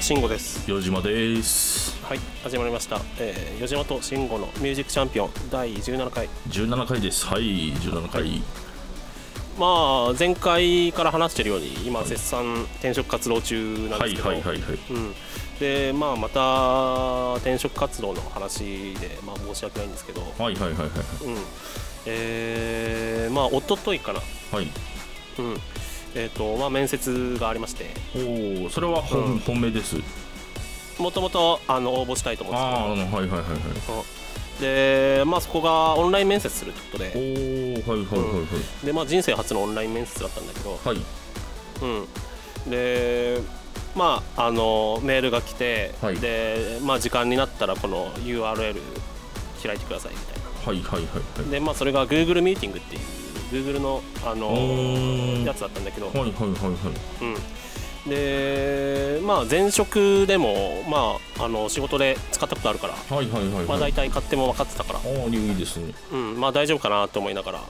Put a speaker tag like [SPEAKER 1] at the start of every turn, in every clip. [SPEAKER 1] 慎吾です
[SPEAKER 2] 四島です
[SPEAKER 1] はい始まりました、えー、四島と慎吾のミュージックチャンピオン第17回
[SPEAKER 2] 17回ですはい17回、
[SPEAKER 1] まあ前回から話してるように今絶賛転職活動中なん
[SPEAKER 2] は
[SPEAKER 1] で
[SPEAKER 2] い、
[SPEAKER 1] すけど、
[SPEAKER 2] はいはいはい
[SPEAKER 1] うん、でまあまた転職活動の話で、まあ、申し訳ないんですけど、うん
[SPEAKER 2] はいはいはいはい
[SPEAKER 1] えーまあ一昨日かな、
[SPEAKER 2] はい
[SPEAKER 1] うんえーとまあ、面接がありまして
[SPEAKER 2] おおそれは本,、
[SPEAKER 1] うん
[SPEAKER 2] 本命です
[SPEAKER 1] もともとあの応募したいと思って
[SPEAKER 2] ああーあのはいはいはいはい
[SPEAKER 1] たんですけど、でまあ、そこがオンライン面接するってことで。
[SPEAKER 2] おおはいはいはい
[SPEAKER 1] でまあ、人生初のオンライン面接だったんだけど、
[SPEAKER 2] はいはい
[SPEAKER 1] うん、でまああのメールが来て、
[SPEAKER 2] はい
[SPEAKER 1] でまあ、時間になったらこの URL 開いてくださいみたい
[SPEAKER 2] はいはいはい
[SPEAKER 1] なで、まあ、それが Google ミーティングっていう Google のあ
[SPEAKER 2] おー
[SPEAKER 1] のやつだったんだけど、
[SPEAKER 2] はいはいはいはい
[SPEAKER 1] うん、で、まあ、前職でも、まあ、あの仕事で使ったことあるから、
[SPEAKER 2] はいはいはい
[SPEAKER 1] まあ、
[SPEAKER 2] はい
[SPEAKER 1] 大体買っても分かってたから
[SPEAKER 2] あ、あいいですね
[SPEAKER 1] うんまあ、大丈夫かなと思いながら、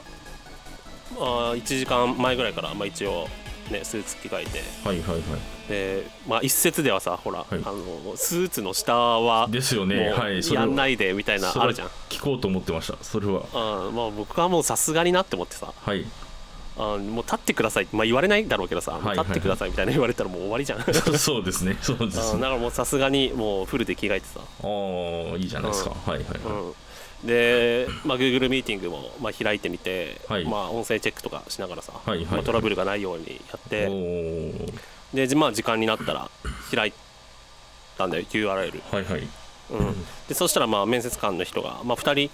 [SPEAKER 1] まあ、1時間前ぐらいから、まあ、一応、ね、スーツ着替えて
[SPEAKER 2] はいはいはい
[SPEAKER 1] で、まあ、一説ではさほら、
[SPEAKER 2] い
[SPEAKER 1] あのスーツの下は
[SPEAKER 2] ですよ
[SPEAKER 1] もう
[SPEAKER 2] ねはいそれ
[SPEAKER 1] や
[SPEAKER 2] は
[SPEAKER 1] んないでみたいな
[SPEAKER 2] それは
[SPEAKER 1] あるじゃん。
[SPEAKER 2] 聞こうと思ってましたそれは
[SPEAKER 1] うんまあ、僕はもうさすがになって思ってさ
[SPEAKER 2] はい
[SPEAKER 1] あもう立ってください、まあ、言われないだろうけどさ、
[SPEAKER 2] はいはい
[SPEAKER 1] 立ってくださいみたいな言われたらもう終わ りじゃんうん
[SPEAKER 2] そうですねそうです
[SPEAKER 1] だ
[SPEAKER 2] ね
[SPEAKER 1] からもうさすがにもうフルで着替えてさ、
[SPEAKER 2] ああいいじゃないですか、はいはいはい、
[SPEAKER 1] うん、で、まあ、Google ミーティングも、まあ、開いてみて、
[SPEAKER 2] はい
[SPEAKER 1] まあ、音声チェックとかしながらさ、
[SPEAKER 2] はいはい
[SPEAKER 1] まあ、トラブルがないようにやって、
[SPEAKER 2] おー
[SPEAKER 1] で、じまあ、時間になったら開いたんだよ URL、
[SPEAKER 2] はいはい
[SPEAKER 1] うん、でそしたらまあ面接官の人が、まあ、2人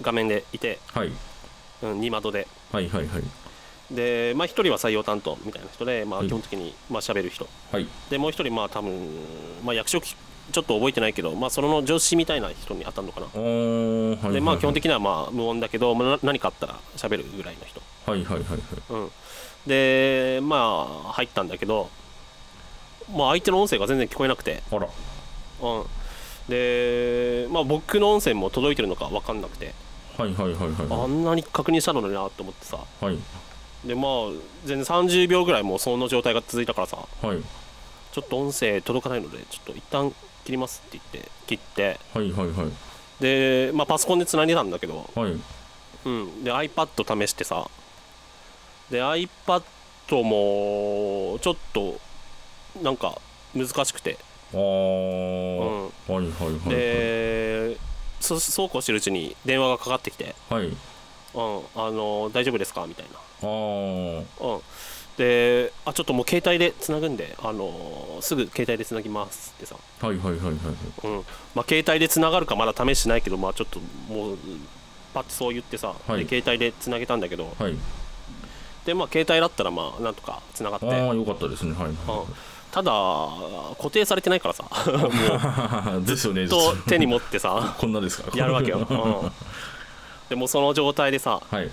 [SPEAKER 1] 画面でいて、
[SPEAKER 2] はい
[SPEAKER 1] うん、2窓で
[SPEAKER 2] はいはいはい
[SPEAKER 1] で、まあ、1人は採用担当みたいな人で、まあ、
[SPEAKER 2] うん
[SPEAKER 1] 基本的にまあ喋る人
[SPEAKER 2] はい
[SPEAKER 1] でもう1人まあ多分、まあ、役職ちょっと覚えてないけど、まあ、その上司みたいな人に当たるのかな
[SPEAKER 2] あーはい
[SPEAKER 1] でまあ基本
[SPEAKER 2] 的
[SPEAKER 1] 的にはまあ無音だけど、まあな何かあったら喋るぐらいの人、
[SPEAKER 2] はいはいはいはい
[SPEAKER 1] うん、でまあ入ったんだけど、まあ、相手の音声が全然聞こえなくて、
[SPEAKER 2] あら
[SPEAKER 1] うん、で、まあ、僕の音声も届いてるのか分かんなくて
[SPEAKER 2] はいはいはいはい
[SPEAKER 1] あんなに確認したのになと思ってさ
[SPEAKER 2] はい
[SPEAKER 1] でまあ全然30秒ぐらいもうその状態が続いたからさ
[SPEAKER 2] はい
[SPEAKER 1] ちょっと音声届かないのでちょっと一旦切りますって言って切って
[SPEAKER 2] はいはいはい
[SPEAKER 1] で、まあ、パソコンで繋いでたんだけど
[SPEAKER 2] はい
[SPEAKER 1] うん、で iPad 試してさで iPad もちょっとなんか難しくて、
[SPEAKER 2] あー
[SPEAKER 1] うん
[SPEAKER 2] はいはいはい
[SPEAKER 1] でそそうこうしてるうちに電話がかかってきて
[SPEAKER 2] は
[SPEAKER 1] 「
[SPEAKER 2] い
[SPEAKER 1] うん、あの大丈夫ですか?」みたい
[SPEAKER 2] あー
[SPEAKER 1] な、うん、であ「ちょっともう携帯でつなぐんで、あのすぐ携帯でつなぎます」ってさ、
[SPEAKER 2] はいはいはいはいはい
[SPEAKER 1] うんまあ、携帯でつながるかまだ試してないけど、まあ、ちょっともうパッてそう言ってさ、
[SPEAKER 2] はい
[SPEAKER 1] で携帯でつなげたんだけど、
[SPEAKER 2] はい
[SPEAKER 1] でまあ携帯だったらまあなんとかつながって。
[SPEAKER 2] ああよかったですねはいは
[SPEAKER 1] ただ固定されてない からさもうずっ
[SPEAKER 2] いはい ですよね
[SPEAKER 1] と手に
[SPEAKER 2] も
[SPEAKER 1] 持ってさ
[SPEAKER 2] こんなですか
[SPEAKER 1] やるわ けよ、うんでもその状態でさ
[SPEAKER 2] はい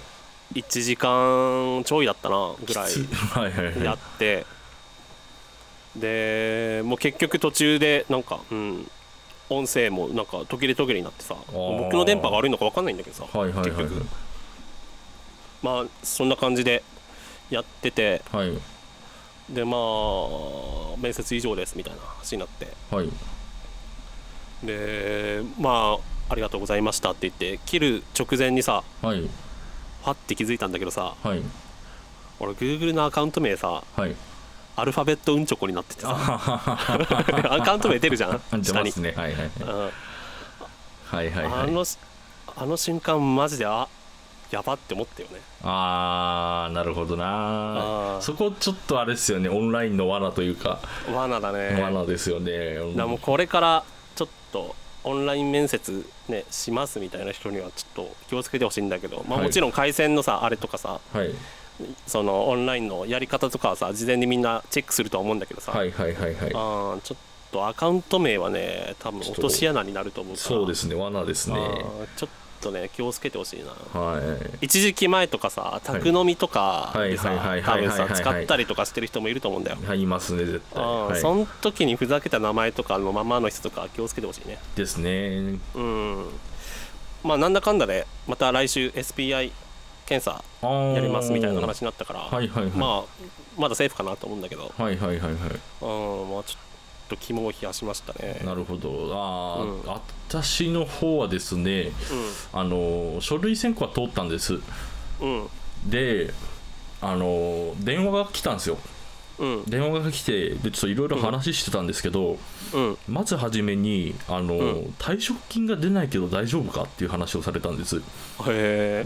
[SPEAKER 1] 1時間ちょいだったなぐら
[SPEAKER 2] きつ
[SPEAKER 1] い
[SPEAKER 2] はいはいはい
[SPEAKER 1] やってでもう結局途中でなんかうん音声もなんか途切れ途切れになってさ
[SPEAKER 2] ー
[SPEAKER 1] 僕の電波が悪いのか分かんないんだけどさ、
[SPEAKER 2] はいはいはい
[SPEAKER 1] 結局まあそんな感じでやってて
[SPEAKER 2] はいはい
[SPEAKER 1] でまあ面接以上ですみたいな話になって
[SPEAKER 2] はい
[SPEAKER 1] でまあありがとうございましたって言って切る直前にさ
[SPEAKER 2] はい
[SPEAKER 1] パッて気づいたんだけどさ
[SPEAKER 2] はい
[SPEAKER 1] 俺 Google のアカウント名さ
[SPEAKER 2] はい
[SPEAKER 1] アルファベットうんちょこになってて さアカウント名出るじゃん
[SPEAKER 2] 出
[SPEAKER 1] 下
[SPEAKER 2] ま
[SPEAKER 1] に、
[SPEAKER 2] すねはいはい
[SPEAKER 1] うん
[SPEAKER 2] はいはい
[SPEAKER 1] あ
[SPEAKER 2] はい
[SPEAKER 1] のしあの瞬間マジであやばって思ったよね
[SPEAKER 2] あーなるほどな
[SPEAKER 1] あー
[SPEAKER 2] そこちょっとあれですよねオンラインの罠というか、
[SPEAKER 1] 罠だね
[SPEAKER 2] 罠ですよね
[SPEAKER 1] だからもうこれからちょっとオンライン面接ねしますみたいな人にはちょっと気をつけてほしいんだけど、まあ、
[SPEAKER 2] はい
[SPEAKER 1] もちろん回線のさあれとかさ
[SPEAKER 2] はい、
[SPEAKER 1] そのオンラインのやり方とかはさ事前にみんなチェックするとは思うんだけどさ、
[SPEAKER 2] はいはいはいはい
[SPEAKER 1] あーちょっとアカウント名はね多分
[SPEAKER 2] ちょっ
[SPEAKER 1] 落
[SPEAKER 2] と
[SPEAKER 1] とし穴になると思うから
[SPEAKER 2] そうですね罠ですね
[SPEAKER 1] あーちょっとね気をつけてほしいな
[SPEAKER 2] はい
[SPEAKER 1] 一時期前とかさ宅飲みとか
[SPEAKER 2] はい
[SPEAKER 1] でさ
[SPEAKER 2] はい
[SPEAKER 1] 多
[SPEAKER 2] はいは
[SPEAKER 1] 分
[SPEAKER 2] いはいはい
[SPEAKER 1] さ
[SPEAKER 2] はい
[SPEAKER 1] 使ったりとかしてる人もいると思うんだよ
[SPEAKER 2] はいいますね絶対、
[SPEAKER 1] あー
[SPEAKER 2] はい
[SPEAKER 1] その時にふざけた名前とかのままの人とか気をつけてほしいね
[SPEAKER 2] ですね
[SPEAKER 1] うんまあなんだかんだでまた来週 SPI 検査
[SPEAKER 2] あー
[SPEAKER 1] やりますみたいな話になったから
[SPEAKER 2] はいはいはい、
[SPEAKER 1] まあまだセーフかなと思うんだけど
[SPEAKER 2] はいはいはいはい
[SPEAKER 1] うんまあちょっと肝を冷やしましたね。
[SPEAKER 2] なるほどあ
[SPEAKER 1] うん
[SPEAKER 2] あ、私の方はですねあの書類選考は通ったんです
[SPEAKER 1] うん、うん、
[SPEAKER 2] であの電話が来たんですよ
[SPEAKER 1] うん、
[SPEAKER 2] 電話が来てでちょっといろいろ話してたんですけど、
[SPEAKER 1] うん、
[SPEAKER 2] まずはじめにあの、
[SPEAKER 1] うん
[SPEAKER 2] 退職金が出ないけど大丈夫かっていう話をされたんです
[SPEAKER 1] へ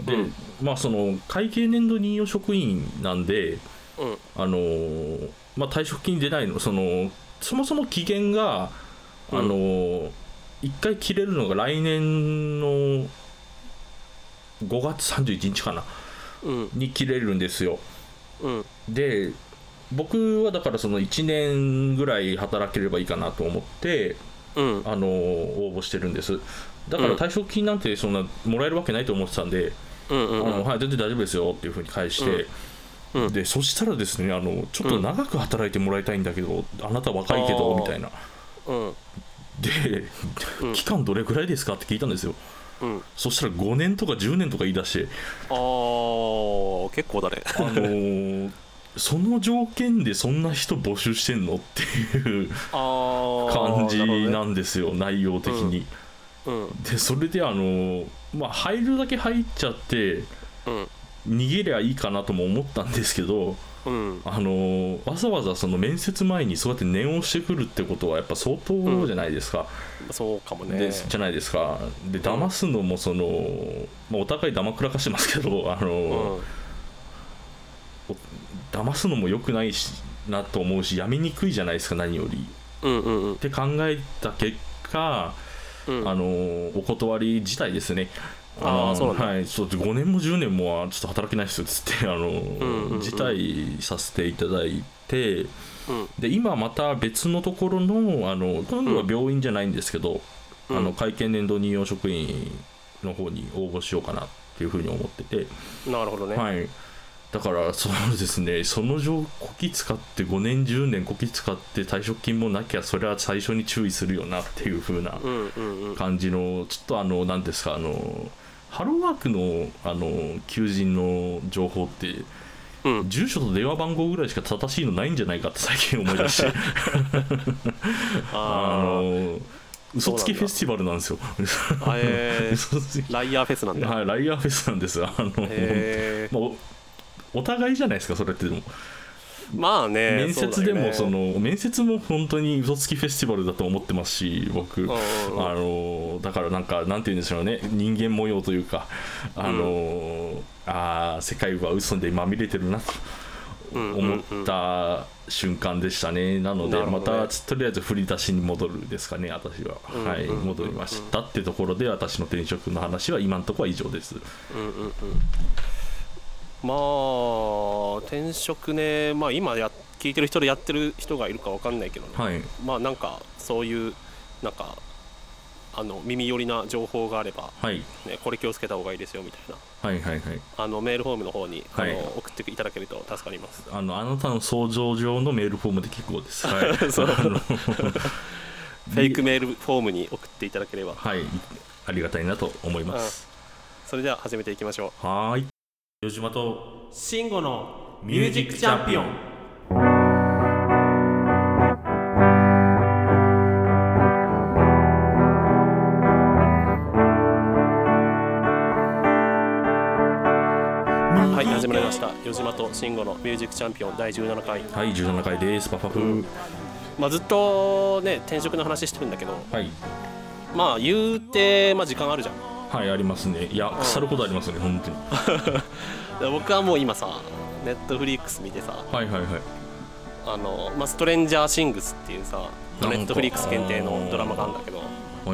[SPEAKER 1] え、
[SPEAKER 2] で、
[SPEAKER 1] うん、
[SPEAKER 2] まあその会計年度任用職員なんで
[SPEAKER 1] うん、
[SPEAKER 2] あのーまあ、退職金出ないのそのそもそも期限が、
[SPEAKER 1] うん
[SPEAKER 2] あのー一回切れるのが来年の5月31日かな
[SPEAKER 1] うん、
[SPEAKER 2] に切れるんですよ
[SPEAKER 1] うん、
[SPEAKER 2] で僕はだからその1年ぐらい働ければいいかなと思って、
[SPEAKER 1] うん、
[SPEAKER 2] あのー応募してるんですだから退職金なんてそんなもらえるわけないと思ってたんで、
[SPEAKER 1] うん、う
[SPEAKER 2] あの
[SPEAKER 1] ん、
[SPEAKER 2] はい全然大丈夫ですよっていうふうに返して、
[SPEAKER 1] うんうん
[SPEAKER 2] でそしたらですねあのちょっと長く働いてもらいたいんだけど、あなた若いけど
[SPEAKER 1] あー
[SPEAKER 2] みたいな
[SPEAKER 1] うん、
[SPEAKER 2] で、
[SPEAKER 1] うん
[SPEAKER 2] 期間どれくらいですかって聞いたんですよ
[SPEAKER 1] うん、
[SPEAKER 2] そしたら5年とか10年とか言い出して、
[SPEAKER 1] あー、結構だね。
[SPEAKER 2] あの ーその条件でそんな人募集してんのっていう
[SPEAKER 1] あー、
[SPEAKER 2] 感じ
[SPEAKER 1] なるほどね
[SPEAKER 2] なんですよ、内容的に、
[SPEAKER 1] うん、
[SPEAKER 2] でそれであのーまあ入るだけ入っちゃって
[SPEAKER 1] うん、
[SPEAKER 2] 逃げりゃいいかなとも思ったんですけど、
[SPEAKER 1] うん、
[SPEAKER 2] あのーわざわざその面接前にそうやって念を押してくるってことはやっぱ相当じゃないですか、
[SPEAKER 1] そうかも
[SPEAKER 2] で
[SPEAKER 1] ね。
[SPEAKER 2] じゃないですかで騙すのもその、まあ、お互い騙くらかしてますけど、あ
[SPEAKER 1] う
[SPEAKER 2] のー
[SPEAKER 1] ん、
[SPEAKER 2] 騙すのも良くないしなと思うしやめにくいじゃないですか何より
[SPEAKER 1] うん、うん、うん
[SPEAKER 2] っ、て考えた結果、
[SPEAKER 1] うん
[SPEAKER 2] あ、のーお断り自体ですね
[SPEAKER 1] あーそうなんだ
[SPEAKER 2] はい、そう5年も10年もあちょっと働けないですよっつって、あのー
[SPEAKER 1] うんうんうん
[SPEAKER 2] 辞退させていただいて、
[SPEAKER 1] うん、
[SPEAKER 2] で今また別のところのあの今度は病院じゃないんですけど、
[SPEAKER 1] うん
[SPEAKER 2] あの会計年度任用職員の方に応募しようかなっていうふうに思ってて、
[SPEAKER 1] なるほどね。
[SPEAKER 2] はい、だからそうですねその上こき使って5年10年こき使って退職金もなきゃそれは最初に注意するよなっていうふうな
[SPEAKER 1] うん、うん、うん、
[SPEAKER 2] 感じのちょっとあの何ですかあのハローワークのあの求人の情報って
[SPEAKER 1] うん、
[SPEAKER 2] 住所と電話番号ぐらいしか正しいのないんじゃないかって最近思い出して。あ
[SPEAKER 1] あ
[SPEAKER 2] の嘘つきフェスティバルなんですよ。
[SPEAKER 1] ー、あえー、
[SPEAKER 2] 嘘つき
[SPEAKER 1] ライヤーフェスなんだ。
[SPEAKER 2] はい、ライアーフェスなんです。あの、
[SPEAKER 1] へー
[SPEAKER 2] まあおお互いじゃないですか、それってでも。
[SPEAKER 1] まあね
[SPEAKER 2] 面接でも、
[SPEAKER 1] う
[SPEAKER 2] そ
[SPEAKER 1] だよね
[SPEAKER 2] の、面接も本当に嘘つきフェスティバルだと思ってますし、僕。
[SPEAKER 1] んうんうん
[SPEAKER 2] あのだからなんかなんて言うんでしょうね人間模様というかあの、あー世界は嘘でまみれてるなと
[SPEAKER 1] うんうん
[SPEAKER 2] 思った瞬間でしたね、なので
[SPEAKER 1] なるほ
[SPEAKER 2] ま
[SPEAKER 1] どね
[SPEAKER 2] たとりあえず振り出しに戻るですかね私は、
[SPEAKER 1] うん
[SPEAKER 2] はい
[SPEAKER 1] うん
[SPEAKER 2] 戻りましたってところで私の転職の話は今のところは以上です
[SPEAKER 1] うんうんうんまあ転職ねまあ今や聞いてる人でやってる人がいるかわかんないけど、
[SPEAKER 2] はい
[SPEAKER 1] まあなんかそういうなんかあの耳寄りな情報があれば、
[SPEAKER 2] はい
[SPEAKER 1] ね、これ気をつけた方がいいですよみたいな
[SPEAKER 2] はいはいはい
[SPEAKER 1] あのメールフォームの方に、
[SPEAKER 2] はい
[SPEAKER 1] あの送っていただけると助かります
[SPEAKER 2] あのあなたの想像上のメールフォームで結構ですは い
[SPEAKER 1] そう
[SPEAKER 2] あの
[SPEAKER 1] フェイクメールフォームに送っていただければ
[SPEAKER 2] はいありがたいなと思います
[SPEAKER 1] それでは始めていきましょう
[SPEAKER 2] はーい与島と
[SPEAKER 1] 慎吾の
[SPEAKER 2] ミュージックチャンピオン
[SPEAKER 1] はい始まりました与島と慎吾のミュージックチャンピオン第17回
[SPEAKER 2] はい、17回です。パパフ。
[SPEAKER 1] まあ、ずっとね転職の話してるんだけど
[SPEAKER 2] はい。
[SPEAKER 1] まあ言うて、まあ、時間あるじゃん
[SPEAKER 2] はい、ありますね。いや、腐るほどありますね、本当に。
[SPEAKER 1] で僕はもう今さネットフリックス見てさ
[SPEAKER 2] はいはいはい。
[SPEAKER 1] あの、まあ、ストレンジャーシングスっていうさ
[SPEAKER 2] なんか
[SPEAKER 1] ネットフリックス限定のドラマがあるんだけど
[SPEAKER 2] は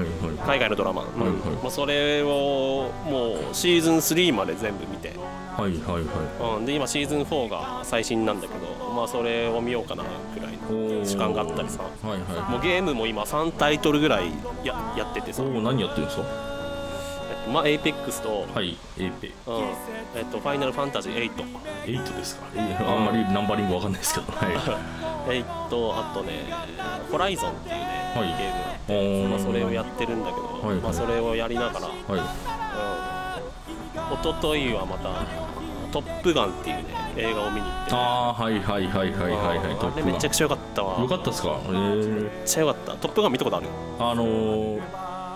[SPEAKER 2] いは
[SPEAKER 1] 海外のドラマ、うん
[SPEAKER 2] はい
[SPEAKER 1] まあ、それをもうシーズン3まで全部見て、
[SPEAKER 2] い。はいはいは
[SPEAKER 1] うん、で今シーズン4が最新なんだけど、まあ、それを見ようかなくらい
[SPEAKER 2] い。
[SPEAKER 1] の時間があったりさ
[SPEAKER 2] はいは
[SPEAKER 1] もうゲームも今3タイトルぐらいややってて
[SPEAKER 2] い。
[SPEAKER 1] さ
[SPEAKER 2] お、お、何やってるんですか。
[SPEAKER 1] えっとまあ、APEX と、
[SPEAKER 2] はい、エイペ。
[SPEAKER 1] うんえっと、ファイナルファンタジー8
[SPEAKER 2] エイトですか。えーあんまりナンバリングわかんないですけど。 は
[SPEAKER 1] えっとあとね「ホライゾン」っていうね、
[SPEAKER 2] はい
[SPEAKER 1] ゲームがあっ
[SPEAKER 2] お
[SPEAKER 1] て、
[SPEAKER 2] ー
[SPEAKER 1] まあ、それをやってるんだけど、
[SPEAKER 2] はいはい
[SPEAKER 1] まあ、それをやりながら、うん、
[SPEAKER 2] い。はい。
[SPEAKER 1] 一昨日はまたトップガン」っていうね映画を見に行って
[SPEAKER 2] ああはいはいはいはいはいはいト
[SPEAKER 1] あ
[SPEAKER 2] ッ
[SPEAKER 1] れ
[SPEAKER 2] プガン
[SPEAKER 1] めちゃくちゃ良かったわ
[SPEAKER 2] よか
[SPEAKER 1] めっ
[SPEAKER 2] ったっすかえー、
[SPEAKER 1] ちゃ良かった「トップガン」見たことある
[SPEAKER 2] あのー、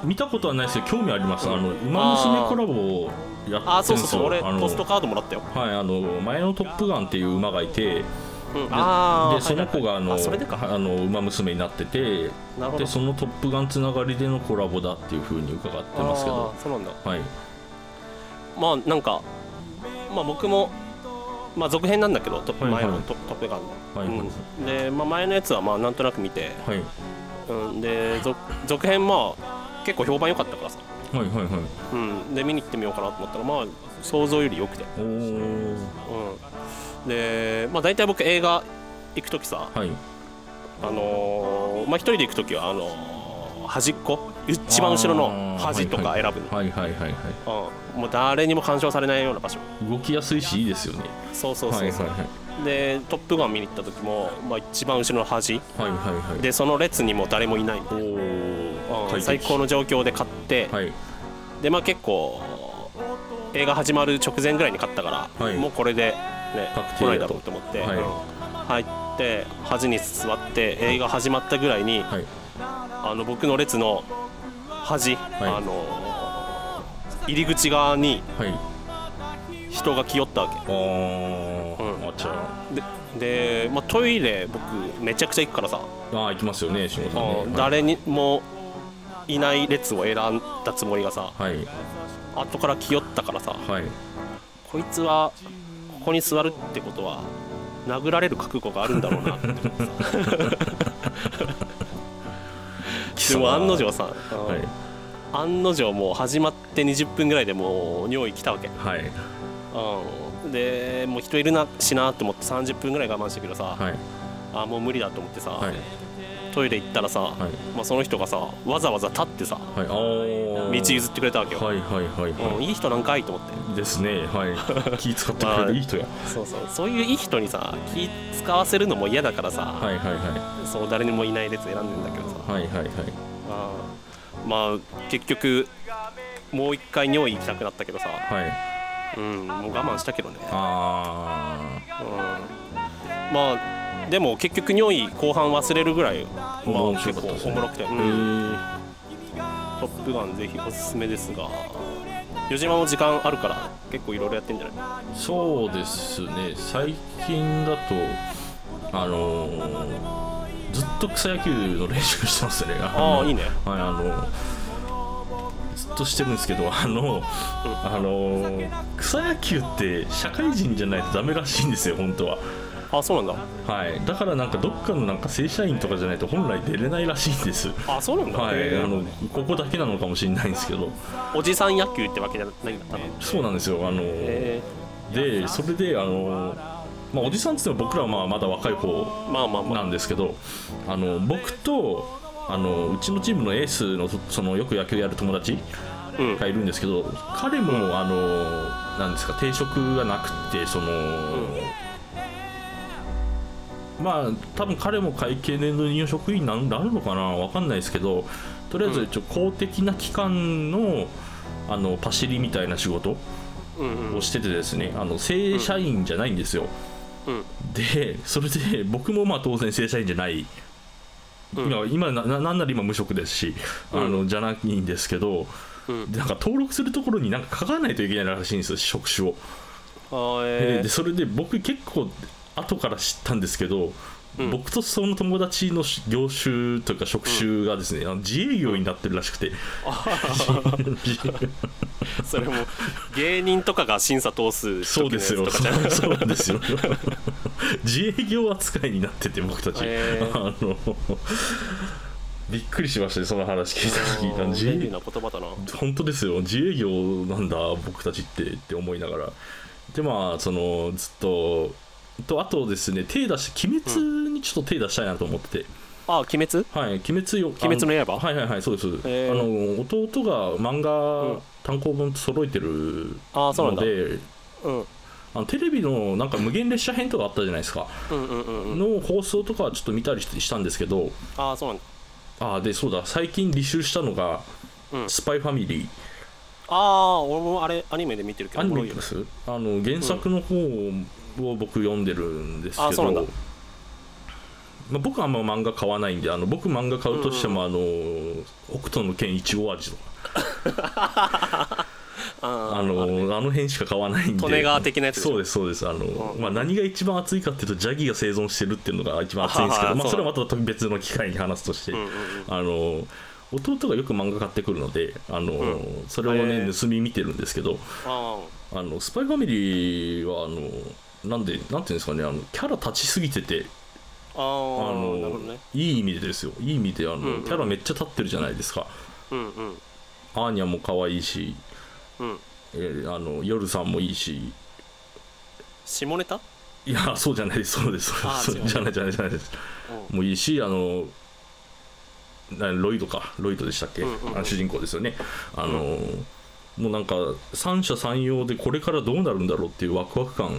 [SPEAKER 2] 見たことはないですけど興味ありますあの馬娘コラボをや
[SPEAKER 1] あ
[SPEAKER 2] っ
[SPEAKER 1] そうんそ
[SPEAKER 2] てるで
[SPEAKER 1] う
[SPEAKER 2] す
[SPEAKER 1] そう
[SPEAKER 2] よ
[SPEAKER 1] 俺
[SPEAKER 2] あの
[SPEAKER 1] ポストカードもらったよ、
[SPEAKER 2] はいあの前の「トップガン」っていう馬がいて
[SPEAKER 1] うん、あー
[SPEAKER 2] でその子があ
[SPEAKER 1] はいはいはい
[SPEAKER 2] の
[SPEAKER 1] あそれでか
[SPEAKER 2] はあの馬娘になってて
[SPEAKER 1] なるほど
[SPEAKER 2] でその「トップガン」つながりでのコラボだっていうふうに伺ってますけど
[SPEAKER 1] あーそうなんだ
[SPEAKER 2] はい
[SPEAKER 1] まあなんかまあ僕もまあ続編なんだけど、トップ
[SPEAKER 2] はい
[SPEAKER 1] 前
[SPEAKER 2] はい
[SPEAKER 1] のトトップガンの、
[SPEAKER 2] はいはい
[SPEAKER 1] うん、で、まあ、前のやつはまあなんとなく見て、
[SPEAKER 2] はい
[SPEAKER 1] うん、で続続編まあ結構評判良かったからさ、
[SPEAKER 2] はいはいはい
[SPEAKER 1] うん、で見に行ってみようかなと思ったらまあ想像より良くて、
[SPEAKER 2] おー
[SPEAKER 1] うん、でまあ大体僕映画行く時さ
[SPEAKER 2] はい
[SPEAKER 1] あのーまあ一人で行く時はあのー端っこ一番後ろの端とか選ぶの、
[SPEAKER 2] はいはいはいはいは
[SPEAKER 1] うん、もう誰にも干渉されないような場所
[SPEAKER 2] い動きやすいしいいですよね
[SPEAKER 1] そうそうそうそう、
[SPEAKER 2] はいはいはい
[SPEAKER 1] で「トップガン」見に行った時も、まあ、一番後ろの端
[SPEAKER 2] はいはいはい
[SPEAKER 1] でその列にも誰もいないみたいな
[SPEAKER 2] お
[SPEAKER 1] うん最高
[SPEAKER 2] の
[SPEAKER 1] の状況で買って、
[SPEAKER 2] はい
[SPEAKER 1] でまあ結構映画始まる直前ぐらいに買ったから、
[SPEAKER 2] はい
[SPEAKER 1] もうこれで、ね、
[SPEAKER 2] 確
[SPEAKER 1] 来
[SPEAKER 2] 定
[SPEAKER 1] ない
[SPEAKER 2] だ
[SPEAKER 1] だ
[SPEAKER 2] と
[SPEAKER 1] ろうと思って、
[SPEAKER 2] はい
[SPEAKER 1] うん入って端に座って映画始まったぐらいに、
[SPEAKER 2] はい
[SPEAKER 1] あの僕の列の端、あのー入り口側に
[SPEAKER 2] はい
[SPEAKER 1] 人が来よったわけ。
[SPEAKER 2] あー、
[SPEAKER 1] うん
[SPEAKER 2] あちゃ
[SPEAKER 1] でで、まあ、トイレ僕めちゃくちゃ行くからさ、
[SPEAKER 2] あー行きますよね慎吾さんね
[SPEAKER 1] うん誰にもいない列を選んだつもりがさ
[SPEAKER 2] はい
[SPEAKER 1] 後から来よったからさ
[SPEAKER 2] はい
[SPEAKER 1] こいつはここに座るってことは殴られる覚悟があるんだろう なって思ってさでも案の定さ、うん
[SPEAKER 2] はい
[SPEAKER 1] 案の定もう始まって20分ぐらいでもう尿意来たわけ、
[SPEAKER 2] はい
[SPEAKER 1] うん、でもう人いるなしなと思って30分ぐらい我慢したけどさ、
[SPEAKER 2] はい
[SPEAKER 1] あもう無理だと思ってさ、
[SPEAKER 2] はい
[SPEAKER 1] トイレ行ったらさ、まあ、その人がさわざわざ立ってさ
[SPEAKER 2] はいあ
[SPEAKER 1] 道
[SPEAKER 2] ー
[SPEAKER 1] 譲ってくれたわけよ、
[SPEAKER 2] はいはいはい
[SPEAKER 1] うん、
[SPEAKER 2] はい
[SPEAKER 1] い人なんかいと思って
[SPEAKER 2] いですね はい気使ってくれるいい人や
[SPEAKER 1] そうそうそういういい人にさ気使わせるのも嫌だからさ、
[SPEAKER 2] はいはいは
[SPEAKER 1] そう誰にもいない列選んでんだけどさ、
[SPEAKER 2] いはいはいはい
[SPEAKER 1] あーまあ結局もう一回尿意行きたくなったけどさ、
[SPEAKER 2] はい
[SPEAKER 1] うん、もう我慢したけどね、うん、
[SPEAKER 2] あー
[SPEAKER 1] まあでも結局尿意後半忘れるぐらい、まあ、
[SPEAKER 2] 面白
[SPEAKER 1] 結
[SPEAKER 2] かっ
[SPEAKER 1] 構
[SPEAKER 2] たです
[SPEAKER 1] お
[SPEAKER 2] ね
[SPEAKER 1] もろくて、う
[SPEAKER 2] え
[SPEAKER 1] ん
[SPEAKER 2] ー
[SPEAKER 1] トップガンぜひおすすめですが余島も時間あるから結構いろいろやってんじゃない
[SPEAKER 2] そうですね最近だとあのーずっと草野球の練習してますね
[SPEAKER 1] あ
[SPEAKER 2] あ
[SPEAKER 1] あ
[SPEAKER 2] の
[SPEAKER 1] いいね
[SPEAKER 2] はい、あのずっとしてるんですけど あのあの草野球って社会人じゃないとダメらしいんですよ本当は
[SPEAKER 1] あそうなん
[SPEAKER 2] はいだからなんかどっかのなんか正社員とかじゃないと本来出れないらしいんです
[SPEAKER 1] だあそうなんだ、
[SPEAKER 2] はい
[SPEAKER 1] へー
[SPEAKER 2] あのここだけなのかもしれないんですけど
[SPEAKER 1] おじさん野球ってわけじゃないんだったの
[SPEAKER 2] そうなんですよあの
[SPEAKER 1] え
[SPEAKER 2] でそれであのまあおじさんっつっても僕らはまあまだ若い方
[SPEAKER 1] ー、まあまあま
[SPEAKER 2] な
[SPEAKER 1] あ
[SPEAKER 2] んですけどあの僕とあのうちのチームのエースのそそのよく野球やる友達
[SPEAKER 1] うん
[SPEAKER 2] がいるんですけど彼もあのなんですか定職がなくてその、まあ多分彼も会計年度任用職員なんなるのかなわかんないですけどとりあえず一応公的な機関のあのパシリみたいな仕事
[SPEAKER 1] うんうん
[SPEAKER 2] をしててですねあの正社員じゃないんですよ、
[SPEAKER 1] うん
[SPEAKER 2] でそれで僕もまあ当然正社員じゃない、
[SPEAKER 1] うん
[SPEAKER 2] 今今なななんなら今無職ですし、
[SPEAKER 1] うん
[SPEAKER 2] あのじゃないんですけど
[SPEAKER 1] うん
[SPEAKER 2] でなんか登録するところになんか書かないといけないらしいんですよ職種を、
[SPEAKER 1] あ
[SPEAKER 2] で
[SPEAKER 1] えー
[SPEAKER 2] でそれで僕結構後から知ったんですけ
[SPEAKER 1] う
[SPEAKER 2] ど、
[SPEAKER 1] ん
[SPEAKER 2] 僕とその友達のし業種というか職種がですね、あの自営業になってるらしくて、
[SPEAKER 1] それも芸人とかが審査通す
[SPEAKER 2] そうですよ
[SPEAKER 1] 時のやつとかじゃない
[SPEAKER 2] そうそうですよ 自営業扱いになってて僕たち、
[SPEAKER 1] へー
[SPEAKER 2] あのびっくりしましたねその話聞いた時
[SPEAKER 1] うん
[SPEAKER 2] 自
[SPEAKER 1] 便利
[SPEAKER 2] 営
[SPEAKER 1] な言葉だな
[SPEAKER 2] 本当ですよ自営業なんだ僕たちってって思いながらでまあそのずっととあとですね手出して鬼滅にちょっと手出したいなと思ってて、
[SPEAKER 1] あ鬼滅
[SPEAKER 2] はい鬼滅よ
[SPEAKER 1] 鬼滅の刃
[SPEAKER 2] あはいはいはいそうです、
[SPEAKER 1] へー
[SPEAKER 2] あの弟が漫画、
[SPEAKER 1] うん
[SPEAKER 2] 単行本揃えてる
[SPEAKER 1] あーそうなん
[SPEAKER 2] の
[SPEAKER 1] だ
[SPEAKER 2] で
[SPEAKER 1] うん
[SPEAKER 2] あのテレビのなんか無限列車編とかあったじゃないですか、
[SPEAKER 1] うんうんうんうん
[SPEAKER 2] の放送とかはちょっと見たりししたんですけど
[SPEAKER 1] ああそうなんだ
[SPEAKER 2] ああでそうだ最近履修したのが
[SPEAKER 1] う
[SPEAKER 2] 「
[SPEAKER 1] ん
[SPEAKER 2] スパイファミリー」
[SPEAKER 1] ああ俺もあれアニメで見てるけど
[SPEAKER 2] アニメ
[SPEAKER 1] おもろいよ
[SPEAKER 2] で
[SPEAKER 1] ね
[SPEAKER 2] すあの原作の方を僕読んでるんです
[SPEAKER 1] あ
[SPEAKER 2] け
[SPEAKER 1] そう
[SPEAKER 2] ど、
[SPEAKER 1] なんだ
[SPEAKER 2] まあ、僕はあんま漫画買わないんであの僕漫画買うとしても、あの北斗の剣いちご味とか
[SPEAKER 1] あ
[SPEAKER 2] あのあの辺しか買わないんで
[SPEAKER 1] 利根川的なやつでしょ
[SPEAKER 2] そうですそうですあの、
[SPEAKER 1] うん
[SPEAKER 2] まあ、何が一番熱いかっていうとジャギが生存してるっていうのが一番熱いんですけ
[SPEAKER 1] あは
[SPEAKER 2] ど
[SPEAKER 1] は
[SPEAKER 2] まあ、
[SPEAKER 1] そう
[SPEAKER 2] それはまた別の機会に話すとして、
[SPEAKER 1] うんうん
[SPEAKER 2] あの弟がよく漫画買ってくるのであの、
[SPEAKER 1] う
[SPEAKER 2] それを
[SPEAKER 1] へ
[SPEAKER 2] ね
[SPEAKER 1] ー
[SPEAKER 2] 盗み見てるんですけど
[SPEAKER 1] あ
[SPEAKER 2] あのスパイファミリーはあのなんでなんていうんですかねあのキャラ立ちすぎてて
[SPEAKER 1] ああ
[SPEAKER 2] あ
[SPEAKER 1] のなるほど
[SPEAKER 2] の、
[SPEAKER 1] ね
[SPEAKER 2] いい意味でですよいい意味であの、
[SPEAKER 1] んうん
[SPEAKER 2] キャラめっちゃ立ってるじゃないですか
[SPEAKER 1] うんうん
[SPEAKER 2] アーニャも可愛いし、
[SPEAKER 1] うん
[SPEAKER 2] えーあの夜さんもいいし
[SPEAKER 1] 下ネタ
[SPEAKER 2] いやそうじゃないですそうですそう
[SPEAKER 1] あー
[SPEAKER 2] です
[SPEAKER 1] 違
[SPEAKER 2] そううじゃないじゃないじゃないです
[SPEAKER 1] うん
[SPEAKER 2] もういいしあのなロイドかロイドでしたっけ、
[SPEAKER 1] うんうんうん
[SPEAKER 2] あの主人公ですよねあの、もうなんか三者三様でこれからどうなるんだろうっていうワクワク感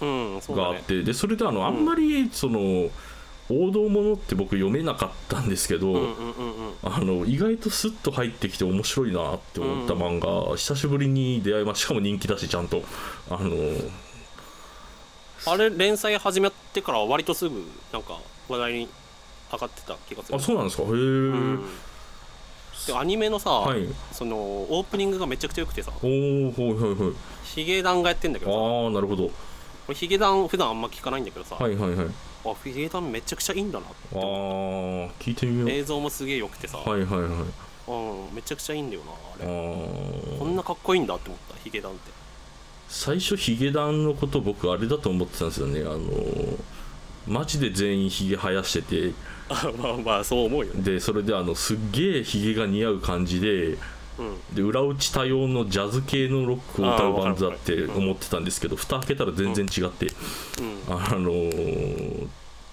[SPEAKER 1] うんそう
[SPEAKER 2] が
[SPEAKER 1] だ
[SPEAKER 2] あ
[SPEAKER 1] ね
[SPEAKER 2] って、でそれであのあんまりその王道ものって僕読めなかったんですけど、
[SPEAKER 1] うんうんうんうん
[SPEAKER 2] あの意外とスッと入ってきて面白いなって思った漫画、久しぶりに出会いましたしかも人気だしちゃんとあの
[SPEAKER 1] あれ連載始まってから割とすぐなんか話題に上がってた気がする
[SPEAKER 2] あそうなんですかへえ、
[SPEAKER 1] うんでアニメのさ、
[SPEAKER 2] はい
[SPEAKER 1] そのオープニングがめちゃくちゃ良くてさ
[SPEAKER 2] おおはいはいはい
[SPEAKER 1] ヒゲダンがやってんだけどさ
[SPEAKER 2] ああなるほど
[SPEAKER 1] 俺ヒゲダン普段あんま聞かないんだけどさ、
[SPEAKER 2] はいはいはい
[SPEAKER 1] あヒゲダンめちゃくちゃいいんだなって
[SPEAKER 2] あ
[SPEAKER 1] 思っ
[SPEAKER 2] ー聞いてみよ
[SPEAKER 1] た
[SPEAKER 2] う
[SPEAKER 1] 映像もすげえ良くてさ、
[SPEAKER 2] はいはいはい
[SPEAKER 1] うん、めちゃくちゃいいんだよなあ
[SPEAKER 2] あ
[SPEAKER 1] れこ
[SPEAKER 2] ー
[SPEAKER 1] んなかっこいいんだって思ったヒゲダン って
[SPEAKER 2] 最初ヒゲダンのこと僕あれだと思ってたんですよねあのーマジで全員ヒゲ生やしてて
[SPEAKER 1] あまあまあそう思うよね
[SPEAKER 2] でそれであのすっげえヒゲが似合う感じで
[SPEAKER 1] うん
[SPEAKER 2] で裏打ち多様のジャズ系のロックを歌うバンドだって思ってたんですけど蓋開けたら全然違って、
[SPEAKER 1] うん
[SPEAKER 2] あのー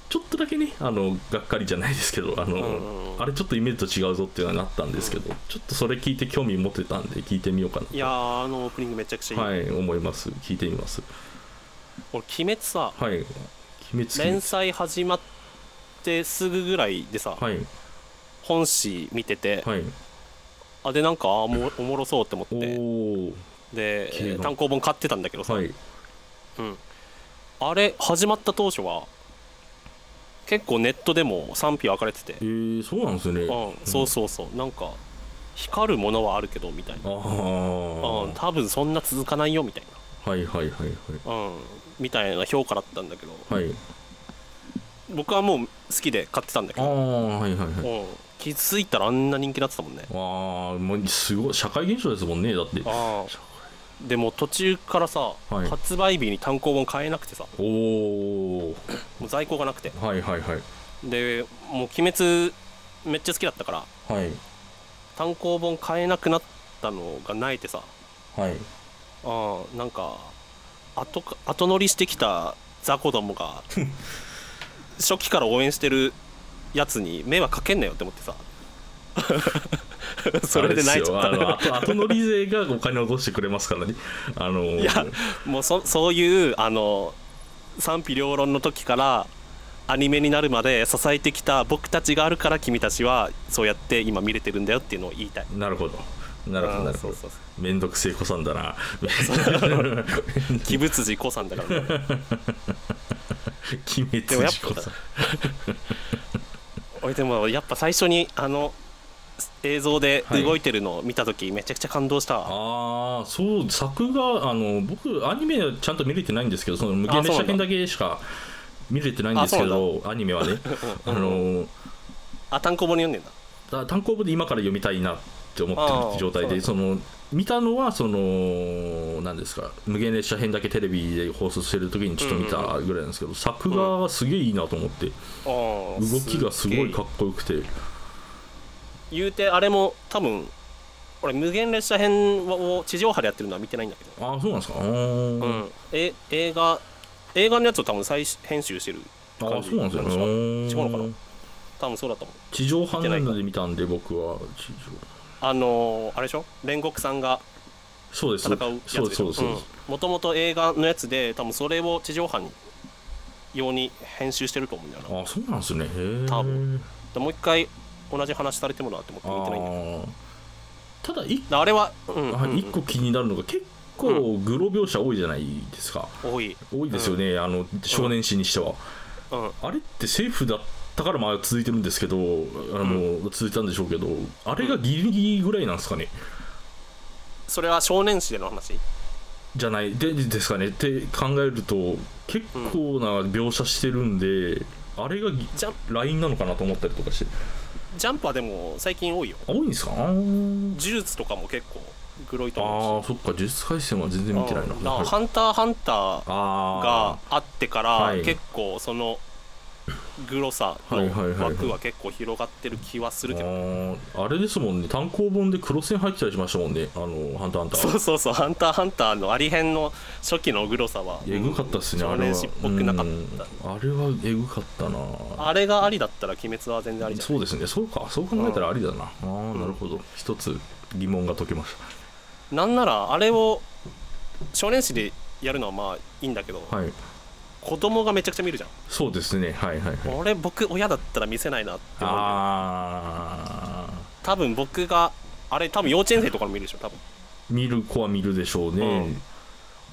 [SPEAKER 2] ちょっとだけねあのがっかりじゃないですけどあの、
[SPEAKER 1] うんうんうん
[SPEAKER 2] あれちょっとイメージと違うぞっていうのがあったんですけど、ちょっとそれ聞いて興味持てたんで聞いてみようかない
[SPEAKER 1] やーあのオープニングめちゃくちゃいい、
[SPEAKER 2] はい思います聞いてみます
[SPEAKER 1] 俺「鬼滅さ」
[SPEAKER 2] はい鬼滅
[SPEAKER 1] 連載始まってすぐぐらいでさ、
[SPEAKER 2] はい
[SPEAKER 1] 本誌見てて、
[SPEAKER 2] はい
[SPEAKER 1] あでなんかあーおもおもろそうって思っ
[SPEAKER 2] お
[SPEAKER 1] て
[SPEAKER 2] お
[SPEAKER 1] で
[SPEAKER 2] 綺麗な
[SPEAKER 1] 単行本買ってたんだけどさ、
[SPEAKER 2] はい
[SPEAKER 1] うん、あれ始まった当初は結構ネットでも賛否分かれてて
[SPEAKER 2] え、ー、そうなんですね
[SPEAKER 1] うん、そうそうそうなんか光るものはあるけどみたいな、
[SPEAKER 2] ああ、
[SPEAKER 1] うん、多分そんな続かないよみたい
[SPEAKER 2] はいはいはいはい
[SPEAKER 1] な、うん、みたいな評価だったんだけど、
[SPEAKER 2] はい
[SPEAKER 1] 僕はもう好きで買ってたんだけ
[SPEAKER 2] あ
[SPEAKER 1] ど、
[SPEAKER 2] あはいはいはい
[SPEAKER 1] うん、気づいたらあんな人気になってたもんね
[SPEAKER 2] ああもうすごい社会現象ですもんねだって
[SPEAKER 1] ああでも途中からさ、
[SPEAKER 2] い
[SPEAKER 1] 発売日に単行本買えなくてさ
[SPEAKER 2] おお
[SPEAKER 1] もう在庫がなくて
[SPEAKER 2] はいはいはい
[SPEAKER 1] でもう「鬼滅」めっちゃ好きだったから
[SPEAKER 2] はい
[SPEAKER 1] 単行本買えなくなったのが泣いてさ
[SPEAKER 2] はい
[SPEAKER 1] ああなんか後か後乗りしてきた雑魚どもが 初期から応援してるやつに迷惑かけんなよって思って さそれで泣いちゃった
[SPEAKER 2] あれですよあの後後乗り勢がお金を落としてくれますからねあのー
[SPEAKER 1] いやもうそそういうあの賛否両論の時からアニメになるまで支えてきた僕たちがあるから君たちはそうやって今見れてるんだよっていうのを言いたい。
[SPEAKER 2] なるほどなるほどなるほ
[SPEAKER 1] うんそうそう
[SPEAKER 2] どめんどくせえ子さんだな
[SPEAKER 1] 鬼舞辻子さんだから、ね、
[SPEAKER 2] 鬼滅の子さん
[SPEAKER 1] 俺でもやっぱ最初にあの映像で
[SPEAKER 2] はい
[SPEAKER 1] 動いてるのを見た時めちゃくちゃ感動したわ、
[SPEAKER 2] ああそう作画あの僕アニメはちゃんと見れてないんですけどその無限列車編だけしか見れてないんですけ
[SPEAKER 1] あそ
[SPEAKER 2] どアニメはねあの
[SPEAKER 1] あ単行本に読んでんだ
[SPEAKER 2] だ単行本で今から読みたいなって思
[SPEAKER 1] あ
[SPEAKER 2] って
[SPEAKER 1] ー
[SPEAKER 2] る状態で
[SPEAKER 1] そ
[SPEAKER 2] その見たのはその何ですか無限列車編だけテレビで放送してる時にちょっと見たぐらいなんですけど、作画はすげえいいなと思って、
[SPEAKER 1] 動
[SPEAKER 2] 動きがすごいかっこよくて
[SPEAKER 1] 言うてあれも多分俺無限列車編を地上波でやってるのは見てないんだけど
[SPEAKER 2] ああそうなんですかあー、
[SPEAKER 1] うん、え映画映画のやつを多分再編集してる
[SPEAKER 2] あ
[SPEAKER 1] 感
[SPEAKER 2] ー
[SPEAKER 1] じ
[SPEAKER 2] そうなんですよね
[SPEAKER 1] か
[SPEAKER 2] あ
[SPEAKER 1] な
[SPEAKER 2] ー
[SPEAKER 1] 違うのかな多分そうだと思う
[SPEAKER 2] 地上波なので見たんで僕は地上
[SPEAKER 1] あのーあれでしょ煉獄さんが
[SPEAKER 2] そうです
[SPEAKER 1] 戦うやつ
[SPEAKER 2] そうですそうですそうです、
[SPEAKER 1] もともと映画のやつで多分それを地上波に用に編集してると思うんだよな
[SPEAKER 2] あそうなんですねへえ
[SPEAKER 1] 多分でもう一回同じ話されてもなって思って見てないんだけど
[SPEAKER 2] あーただ一
[SPEAKER 1] あれは、うん
[SPEAKER 2] あ一個気になるのが結構グロ描写多いじゃないですか、
[SPEAKER 1] 多い、
[SPEAKER 2] 多いですよね、あの少年誌にしては、
[SPEAKER 1] うん、
[SPEAKER 2] あれってセーフだったからまあ続いてるんですけどあの、続いたんでしょうけどあれがギリギリぐらいなんですかね
[SPEAKER 1] それは少年誌での話
[SPEAKER 2] じゃないでですかねって考えると結構な描写してるんで、あれがぎ
[SPEAKER 1] ジャン
[SPEAKER 2] ラインなのかなと思ったりとかして
[SPEAKER 1] ジャンプはでも最近多いよ
[SPEAKER 2] あ多いんですかあー
[SPEAKER 1] 呪術とかも結構グロいと思うし
[SPEAKER 2] あーそっか呪術廻戦は全然見てないな、
[SPEAKER 1] うんだから
[SPEAKER 2] はい
[SPEAKER 1] ハンターハンター
[SPEAKER 2] あ
[SPEAKER 1] があってから、
[SPEAKER 2] はい
[SPEAKER 1] 結構そのグロさ
[SPEAKER 2] はいはいはい
[SPEAKER 1] の
[SPEAKER 2] はい
[SPEAKER 1] 枠は結構広がってる気はするけど、
[SPEAKER 2] ーあーあれですもんね単行本で黒線入ってたりしましたもんねあのハンターハンター
[SPEAKER 1] そうそうそう「ハンターハンター」のアリ編の初期のグロさは
[SPEAKER 2] えぐかったっすね、
[SPEAKER 1] うん
[SPEAKER 2] あれは。
[SPEAKER 1] 少年誌っぽくなかっ
[SPEAKER 2] うんあれはえぐかったな。
[SPEAKER 1] たあれがありだったら「鬼滅」は全然ありじゃない
[SPEAKER 2] そうですね、そうか、そう考えたらありだな。ああー、なるほど。一つ疑問が解けまし
[SPEAKER 1] なんならあれを少年誌でやるのはまあいいんだけど、
[SPEAKER 2] た。はい。
[SPEAKER 1] 子供がめちゃくちゃ見るじゃん
[SPEAKER 2] そうですね、はいはいはい。
[SPEAKER 1] 俺僕親だったら見せないなって思うよ
[SPEAKER 2] ああ、
[SPEAKER 1] 多分僕があれ多分幼稚園生とかも見るでしょ多分
[SPEAKER 2] 見る子は見るでしょうね。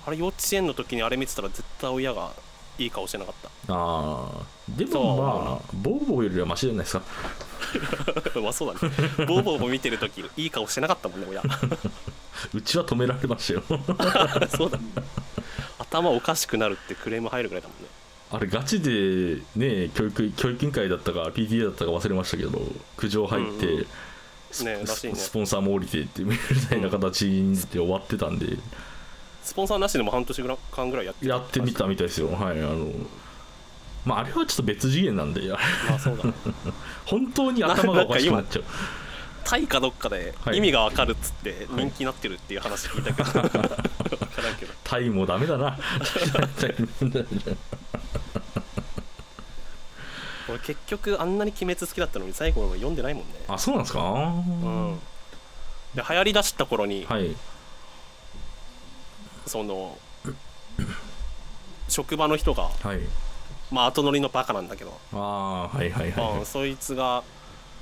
[SPEAKER 1] あれ幼稚園の時にあれ見てたら絶対親がいい顔してなかっ
[SPEAKER 2] ああ。で
[SPEAKER 1] そう
[SPEAKER 2] もまあ、ボーボーよりはマシじゃないですか。
[SPEAKER 1] た まあそうだねボーボーも見てる時いい顔してなかったもんね親
[SPEAKER 2] うちは止められましたよ。
[SPEAKER 1] そうだね頭おかしくなるってクレーム入るぐらいだもんね
[SPEAKER 2] あれガチでね教育教育委員会だったか PTA だったか忘れましたけど苦情入って、
[SPEAKER 1] うんうん
[SPEAKER 2] ス
[SPEAKER 1] ねらしいね
[SPEAKER 2] スポンサーも降りてってみたいな形で終わってたんで、
[SPEAKER 1] スポンサーなしでも半年ぐらい間ぐらいやって
[SPEAKER 2] やってみたみたいですよはいあのまああれはちょっと別次元なんであ れ
[SPEAKER 1] まあそうだね
[SPEAKER 2] 本当に頭がおかしくなっちゃう
[SPEAKER 1] タイかどっかで
[SPEAKER 2] はい
[SPEAKER 1] 意味がわかるっつって人気になってるっていう話聞いたけど、わからんけど
[SPEAKER 2] タイもダメだ な
[SPEAKER 1] 俺結局あんなに鬼滅好きだったのに最後まで読んでないもんね
[SPEAKER 2] あそうなんですか、
[SPEAKER 1] うんで流行りだした頃に、
[SPEAKER 2] はい
[SPEAKER 1] その職場の人が
[SPEAKER 2] はい
[SPEAKER 1] まあ後乗りのバカなんだけど、
[SPEAKER 2] ああーはいはいはい、
[SPEAKER 1] うんそいつが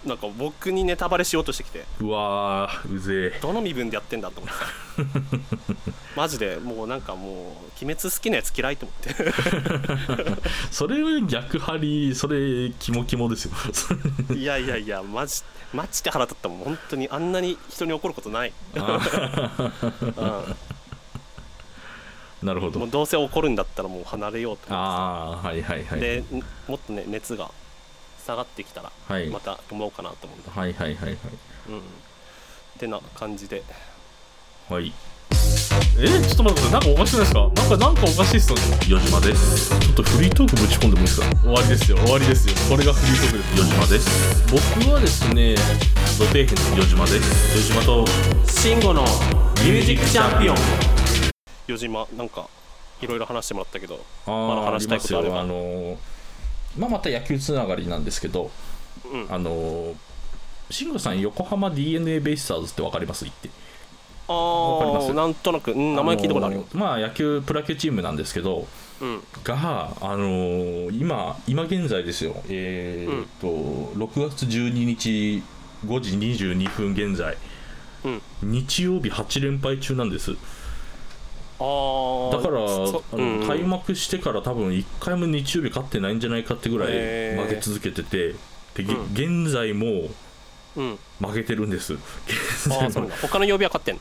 [SPEAKER 1] なんか僕にネタバレしようとしてきて
[SPEAKER 2] うわーうぜえ
[SPEAKER 1] どの身分でやってんだと思って マジでもうなんかもう鬼滅好きなやつ嫌いと思って
[SPEAKER 2] それ逆張りそれキモキモですよ
[SPEAKER 1] いやいやいや、マジ、マジで腹立ったもん、本当にあんなに人に怒ることない。う
[SPEAKER 2] なるほ
[SPEAKER 1] ん、
[SPEAKER 2] ど
[SPEAKER 1] もうどうせ怒るんだったらもう離れようと思
[SPEAKER 2] ああはいはいは
[SPEAKER 1] って。
[SPEAKER 2] い
[SPEAKER 1] で、んもっとね、熱が下がってきたら、
[SPEAKER 2] はい
[SPEAKER 1] また読もうかなと思うんだ。
[SPEAKER 2] はいはいはいはい
[SPEAKER 1] うん。ってな感じで。
[SPEAKER 2] はいえちょっと待ってくださいなんかおかしくないですかなんかなんかおかしいっすよねよ島ですちょっとフリートークぶち込んでもいいですか終わりですよ終わりですよこれがフリートークですよ島です僕はですね土底辺のよ島ですよ島と
[SPEAKER 1] 慎吾の
[SPEAKER 2] ミュージックチャンピオン
[SPEAKER 1] 余島、なんか、いろいろ話してもらったけど、
[SPEAKER 2] あ
[SPEAKER 1] まだ
[SPEAKER 2] ー
[SPEAKER 1] 話したいことあれば
[SPEAKER 2] りますよあのーまあまた野球つながりなんですけど
[SPEAKER 1] うん。あ
[SPEAKER 2] あのー慎吾さん横浜 d n a ベイスターズってわかりますって
[SPEAKER 1] あ
[SPEAKER 2] わかりま
[SPEAKER 1] ー、
[SPEAKER 2] す
[SPEAKER 1] なんとなく、うん、名前聞いたことあるよ。
[SPEAKER 2] のーまあ野球プロ野球チームなんですけど
[SPEAKER 1] うん。
[SPEAKER 2] が、あのー今今現在ですよ、えーっと6月12日5時22分現在
[SPEAKER 1] うん。
[SPEAKER 2] 日曜日8連敗中なんです
[SPEAKER 1] ああ。
[SPEAKER 2] だから、
[SPEAKER 1] そ
[SPEAKER 2] あの
[SPEAKER 1] うん
[SPEAKER 2] 開幕してから多分1回も日曜日勝ってないんじゃないかってぐら
[SPEAKER 1] へ
[SPEAKER 2] い
[SPEAKER 1] ー
[SPEAKER 2] 負け続けててで、げ
[SPEAKER 1] う
[SPEAKER 2] 現在も
[SPEAKER 1] うん。
[SPEAKER 2] 負けてるんです現
[SPEAKER 1] あ
[SPEAKER 2] 在
[SPEAKER 1] あ、そうなん
[SPEAKER 2] も
[SPEAKER 1] だ。 他の曜日は勝ってんの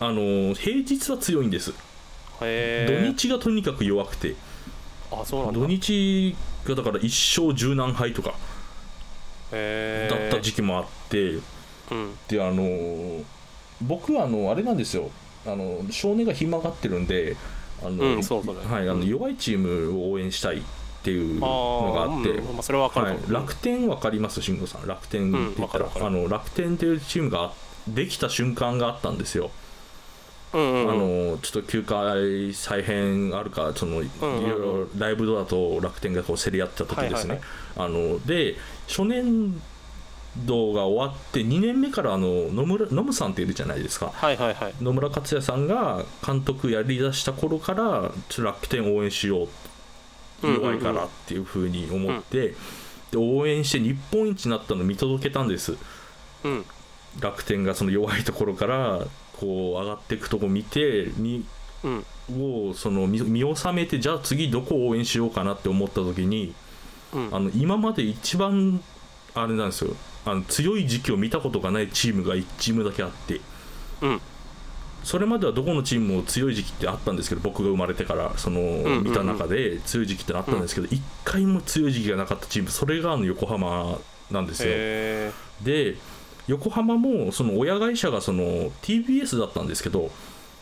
[SPEAKER 2] あのー平日は強いんです、
[SPEAKER 1] へえ。
[SPEAKER 2] 土日がとにかく弱くて
[SPEAKER 1] あ、そうなんだ。
[SPEAKER 2] 土日がだから1勝十何敗とか
[SPEAKER 1] へ
[SPEAKER 2] だ
[SPEAKER 1] ー
[SPEAKER 2] った時期もあって、
[SPEAKER 1] うん。
[SPEAKER 2] であのー僕はあのあれなんですよあの少年が暇がってるんであの、
[SPEAKER 1] うんそうそうだね
[SPEAKER 2] はい、あの弱いチームを応援したいっていう
[SPEAKER 1] あ
[SPEAKER 2] のが
[SPEAKER 1] あ
[SPEAKER 2] あって、
[SPEAKER 1] うんまあ、それはわかるか
[SPEAKER 2] は
[SPEAKER 1] も
[SPEAKER 2] い、楽天わかります慎吾さん楽天って言った
[SPEAKER 1] うんわかる
[SPEAKER 2] ら、
[SPEAKER 1] わかる
[SPEAKER 2] あの楽天っていうチームができた瞬間があったんですよ、
[SPEAKER 1] うんうん
[SPEAKER 2] あ
[SPEAKER 1] うん
[SPEAKER 2] のちょっと球界再編あるかその、い
[SPEAKER 1] うん
[SPEAKER 2] ろいろライブドアと楽天がこう競り合った時ですね、あので初年度が終わって2年目からあの野村野村さんっているじゃないですか
[SPEAKER 1] はいはいはい。
[SPEAKER 2] 野村克也さんが監督やりだした頃からちょっと楽天応援しよう
[SPEAKER 1] うんうんうん
[SPEAKER 2] 弱いからっていうふうに思って、で応援して日本一になったの見届けたんです
[SPEAKER 1] うん。
[SPEAKER 2] 楽天がその弱いところからこう上がっていくとこ見てに
[SPEAKER 1] うん
[SPEAKER 2] をその見見納めてじゃあ次どこを応援しようかなって思った時に
[SPEAKER 1] うん
[SPEAKER 2] あの今まで一番あれなんですよあの強い時期を見たことがないチームが1チームだけあって
[SPEAKER 1] うん
[SPEAKER 2] それまではどこのチームも強い時期ってあったんですけど僕が生まれてからその、
[SPEAKER 1] うん
[SPEAKER 2] 見た中で強い時期ってあったんですけど、一回も強い時期がなかったチームそれがあの横浜なんですよ。
[SPEAKER 1] へ
[SPEAKER 2] で横浜もその親会社がその TBS だったんですけど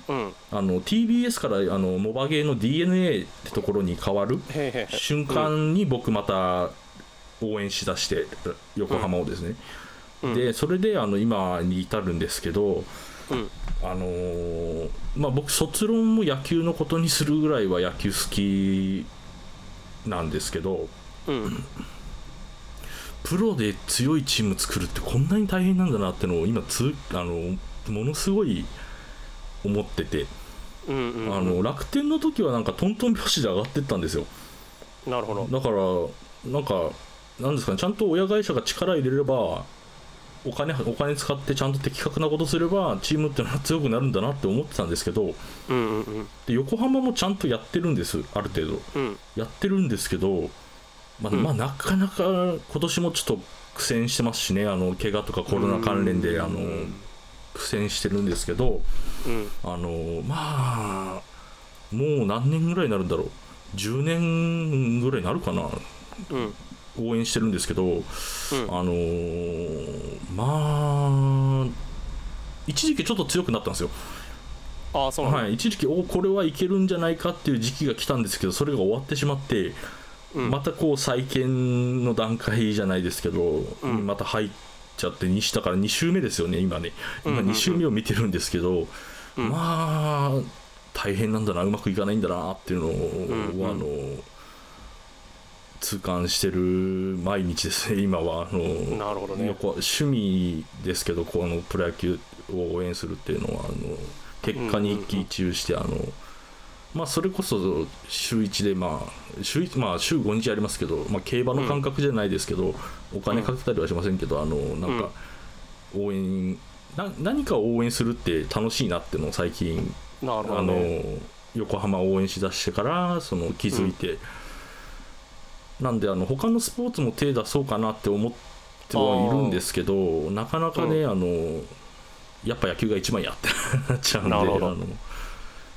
[SPEAKER 1] えうんへ
[SPEAKER 2] あの TBS からあのモバゲーの DNA ってところに変わる
[SPEAKER 1] えへえ
[SPEAKER 2] 瞬間に僕また応援しだして横浜をですね、
[SPEAKER 1] うん
[SPEAKER 2] でそれであの今に至るんですけど、
[SPEAKER 1] うん
[SPEAKER 2] あのーまあ、僕卒論も野球のことにするぐらいは野球好きなんですけど
[SPEAKER 1] うん
[SPEAKER 2] プロで強いチーム作るってこんなに大変なんだなってのを今つあのものすごい思ってて、
[SPEAKER 1] うんうん
[SPEAKER 2] あ
[SPEAKER 1] うん
[SPEAKER 2] の楽天の時はなんかトントン拍子で上がってったんですよ
[SPEAKER 1] なるほど
[SPEAKER 2] だからなんかなんですかねちゃんと親会社が力入れればお金お金使ってちゃんと的確なことすればチームってのは強くなるんだなって思ってたんですけど
[SPEAKER 1] うんうんうん
[SPEAKER 2] で横浜もちゃんとやってるんですある程度
[SPEAKER 1] うん
[SPEAKER 2] やってるんですけど、まあ
[SPEAKER 1] うん
[SPEAKER 2] まあなかなか今年もちょっと苦戦してますしねあの怪我とかコロナ関連であの苦戦してるんですけど
[SPEAKER 1] うん
[SPEAKER 2] あのまあもう何年ぐらいになるんだろう10年ぐらいになるかな
[SPEAKER 1] うん
[SPEAKER 2] 応援してるんですけど、あのまあ一時期ちょっと強くなったんですよ、
[SPEAKER 1] ああそうなんだ
[SPEAKER 2] はい、一時期おこれはいけるんじゃないかっていう時期が来たんですけどそれが終わってしまって、
[SPEAKER 1] うん
[SPEAKER 2] またこう再建の段階じゃないですけど、
[SPEAKER 1] ん
[SPEAKER 2] また入っちゃって西だから2周目ですよね今ね
[SPEAKER 1] うん
[SPEAKER 2] 今
[SPEAKER 1] うんうん
[SPEAKER 2] 2周目を見てるんですけど、
[SPEAKER 1] うん
[SPEAKER 2] まあ大変なんだなうまくいかないんだなっていうのを、
[SPEAKER 1] んうん
[SPEAKER 2] あの痛感してる毎日ですね今はあの、
[SPEAKER 1] なるほどね
[SPEAKER 2] こう趣味ですけどこのプロ野球を応援するっていうのはあの結果に一喜一憂して、あのまあ、それこそ週1で、まあ週一まあ、週5日ありますけど、まあ、競馬の感覚じゃないですけど、お金かけたりはしませんけど、あのなんか応援な何かを応援するって楽しいなってのを最近
[SPEAKER 1] なるほ
[SPEAKER 2] あ
[SPEAKER 1] ど
[SPEAKER 2] の
[SPEAKER 1] ね
[SPEAKER 2] 横浜を応援しだしてからその気づいて、なんであの他のスポーツも手出そうかなって思ってはいるんですけどなかなかね、あのやっぱ野球が一番やってなっちゃうん で
[SPEAKER 1] な
[SPEAKER 2] あ
[SPEAKER 1] るほど
[SPEAKER 2] の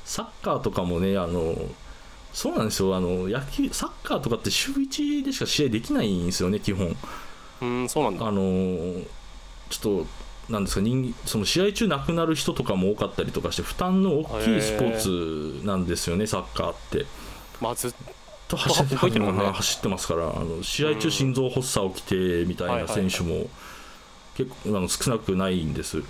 [SPEAKER 2] サッカーとかもねあのそうなんですよあの野球サッカーとかって週1でしか試合できないんですよね基本。
[SPEAKER 1] うんそうなんだ
[SPEAKER 2] あのーちょっと、なんですか人その試合中亡くなる人とかも多かったりとかして、負担の大きいスポーツなんですよね、サッカーって。
[SPEAKER 1] まあずっ
[SPEAKER 2] と走って
[SPEAKER 1] あ入ってるもんね
[SPEAKER 2] 走ってますから、あの試合中、心臓発作起きてみた
[SPEAKER 1] はい
[SPEAKER 2] い
[SPEAKER 1] は
[SPEAKER 2] ない
[SPEAKER 1] は
[SPEAKER 2] 選
[SPEAKER 1] い
[SPEAKER 2] 手も結構あの少なくないんです。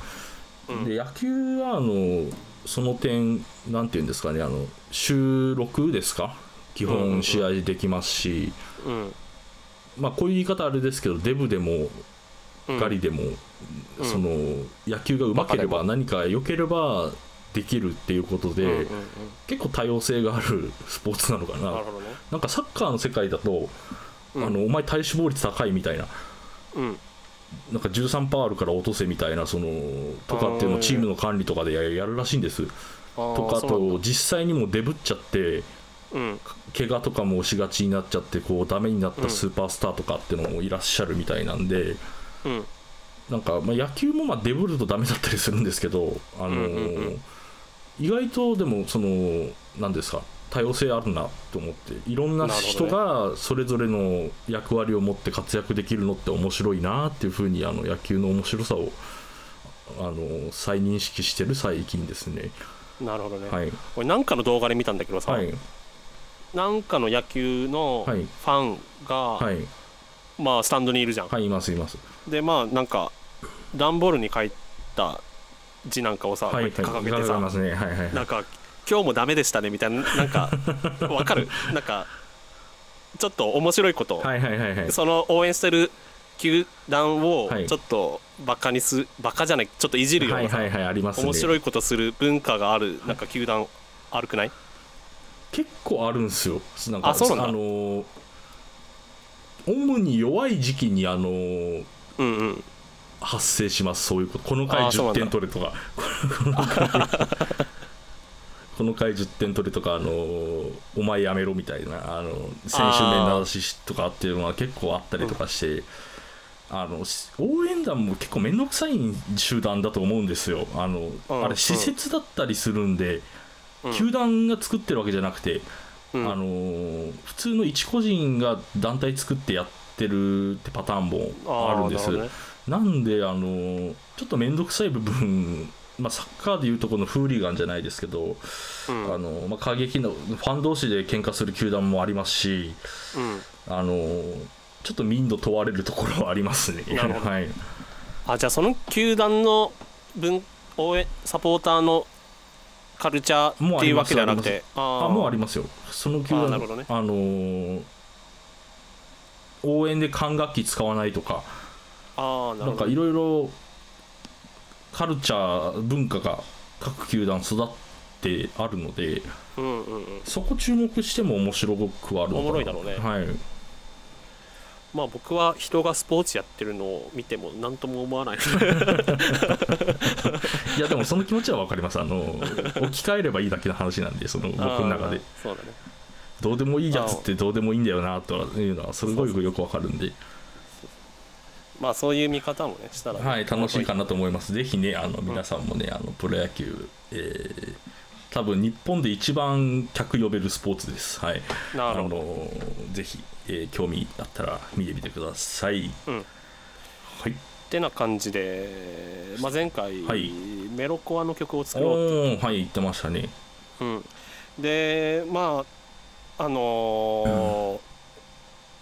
[SPEAKER 1] うん
[SPEAKER 2] で野球はあのその点、なんていうんですかね、あの収録ですか、基
[SPEAKER 1] うんうんうん
[SPEAKER 2] 本、試合できますし、
[SPEAKER 1] うん
[SPEAKER 2] まあ、こういう言い方あれですけど、デブでも
[SPEAKER 1] うん
[SPEAKER 2] ガリでも、
[SPEAKER 1] うん
[SPEAKER 2] その野球がうまければ何か良ければできるっていうことで、
[SPEAKER 1] うんうんうん
[SPEAKER 2] 結構多様性がある スポーツなのかな
[SPEAKER 1] なるほどね
[SPEAKER 2] なんかサッカーの世界だと、
[SPEAKER 1] うん
[SPEAKER 2] あのお前体脂肪率高いみたいな
[SPEAKER 1] うん
[SPEAKER 2] なんか13パーあるから落とせみたいなそのとかっていう
[SPEAKER 1] あー
[SPEAKER 2] のをチームの管理とかでややるらしいんです
[SPEAKER 1] ああ
[SPEAKER 2] とかあ
[SPEAKER 1] そうなん
[SPEAKER 2] と実際にもうデブっちゃって
[SPEAKER 1] だうん
[SPEAKER 2] 怪我とかもしがちになっちゃってこうダメになっ
[SPEAKER 1] う
[SPEAKER 2] た
[SPEAKER 1] ん
[SPEAKER 2] スーパースターとかっていうのもいらっしゃるみたいなんで、
[SPEAKER 1] うん
[SPEAKER 2] なんか、まあ、野球もまあデブるとダメだったりするんですけど、あのー
[SPEAKER 1] うんうんうん
[SPEAKER 2] 意外とでもそのなんですか多様性あるなと思っていろん
[SPEAKER 1] な
[SPEAKER 2] な
[SPEAKER 1] るほど
[SPEAKER 2] 人
[SPEAKER 1] ね
[SPEAKER 2] がそれぞれの役割を持って活躍できるのって面白いなっていうふうにあの野球の面白さを、あのー再認識してる最近ですね。
[SPEAKER 1] なるほどね
[SPEAKER 2] はい、
[SPEAKER 1] 俺なんかの動画で見たんだけどさ
[SPEAKER 2] はい、
[SPEAKER 1] なんかの野球のフ
[SPEAKER 2] はい
[SPEAKER 1] ァンが
[SPEAKER 2] はい、
[SPEAKER 1] まあスタンドにいるじゃん
[SPEAKER 2] はい、います、います。
[SPEAKER 1] でまあなんか段ボールに書いた字なんかをさ、
[SPEAKER 2] はい、はい、
[SPEAKER 1] 掲げて
[SPEAKER 2] いま
[SPEAKER 1] さ
[SPEAKER 2] すね。はい、はい、
[SPEAKER 1] な
[SPEAKER 2] は
[SPEAKER 1] んか「今日もダメでしたね」みたいななん かわかるなんかちょっと面白いこと、
[SPEAKER 2] い、はい、はい、はい。
[SPEAKER 1] その応援してる球団を
[SPEAKER 2] はい
[SPEAKER 1] ちょっとバカにすバカじゃないちょっといじるよう
[SPEAKER 2] はい、
[SPEAKER 1] なさ、
[SPEAKER 2] はい、はい、ありますね。
[SPEAKER 1] 面白いことする文化があるなんか球団あるくない
[SPEAKER 2] 結構あるんですよなんか
[SPEAKER 1] あそうなんだ
[SPEAKER 2] のー主に弱い時期にあのー
[SPEAKER 1] うんうん
[SPEAKER 2] 発生しますそういうことこの回
[SPEAKER 1] あーそうな
[SPEAKER 2] 10
[SPEAKER 1] んだ
[SPEAKER 2] 点取れとか この回10点取れとか、あのーお前やめろみたいな、あのー選手面の話とかっていうのは結構あったりとかして、あのし応援団も結構面倒くさい集団だと思うんですよあの、
[SPEAKER 1] うん
[SPEAKER 2] あれ施設だったりするんで、
[SPEAKER 1] うん
[SPEAKER 2] 球団が作ってるわけじゃなくて、
[SPEAKER 1] うん
[SPEAKER 2] あのー普通の一個人が団体作ってやってるってパターンもあるんです
[SPEAKER 1] あーなる
[SPEAKER 2] なんで、あのーちょっと面倒くさい部分、 まあ、サッカーでいうとこのフーリーガンじゃないですけど、
[SPEAKER 1] ほどね
[SPEAKER 2] あのまあ、過激のファン同士で喧嘩する球団もありますし、
[SPEAKER 1] うんうん
[SPEAKER 2] あのーちょっと民度問われるところはありますね。
[SPEAKER 1] なるほど
[SPEAKER 2] はい
[SPEAKER 1] あじゃあその球団の分応援サポーターのカルチャーっていうわけではなくてあ
[SPEAKER 2] あもうあり
[SPEAKER 1] ま
[SPEAKER 2] ますよ、その球団
[SPEAKER 1] あーなるほどね
[SPEAKER 2] あのー応援で管楽器使わないとか、
[SPEAKER 1] すああな
[SPEAKER 2] な
[SPEAKER 1] る
[SPEAKER 2] ん
[SPEAKER 1] ほ
[SPEAKER 2] か
[SPEAKER 1] ど
[SPEAKER 2] いろいろカルチャー、文化が各球団育ってあるので、
[SPEAKER 1] うんうんうん
[SPEAKER 2] そこ注目しても面白くはあるのかな
[SPEAKER 1] おもろいだろうね
[SPEAKER 2] はい、
[SPEAKER 1] まあ僕は人がスポーツやってるのを見ても何とも思わない
[SPEAKER 2] いやでもその気持ちは分かりますあの置き換えればいいだけの話なんでそ の僕の中で
[SPEAKER 1] あーそうだね
[SPEAKER 2] どうでもいいやつってどうでもいいんだよなというのはすごくよく分かるんで
[SPEAKER 1] まあそういう見方もねしたらね、
[SPEAKER 2] はい、楽しいかなと思います。ぜひね、あの皆さんもね、あのプロ野球、えー多分日本で一番客呼べるスポーツです。はい、
[SPEAKER 1] なるほど
[SPEAKER 2] あのぜひ、えー興味あったら見てみてください。
[SPEAKER 1] うん
[SPEAKER 2] はい、
[SPEAKER 1] ってな感じで、まあ、前回、
[SPEAKER 2] はい
[SPEAKER 1] メロコアの曲を作ろう
[SPEAKER 2] おーはい、言ってましたね。
[SPEAKER 1] うん、でまああのー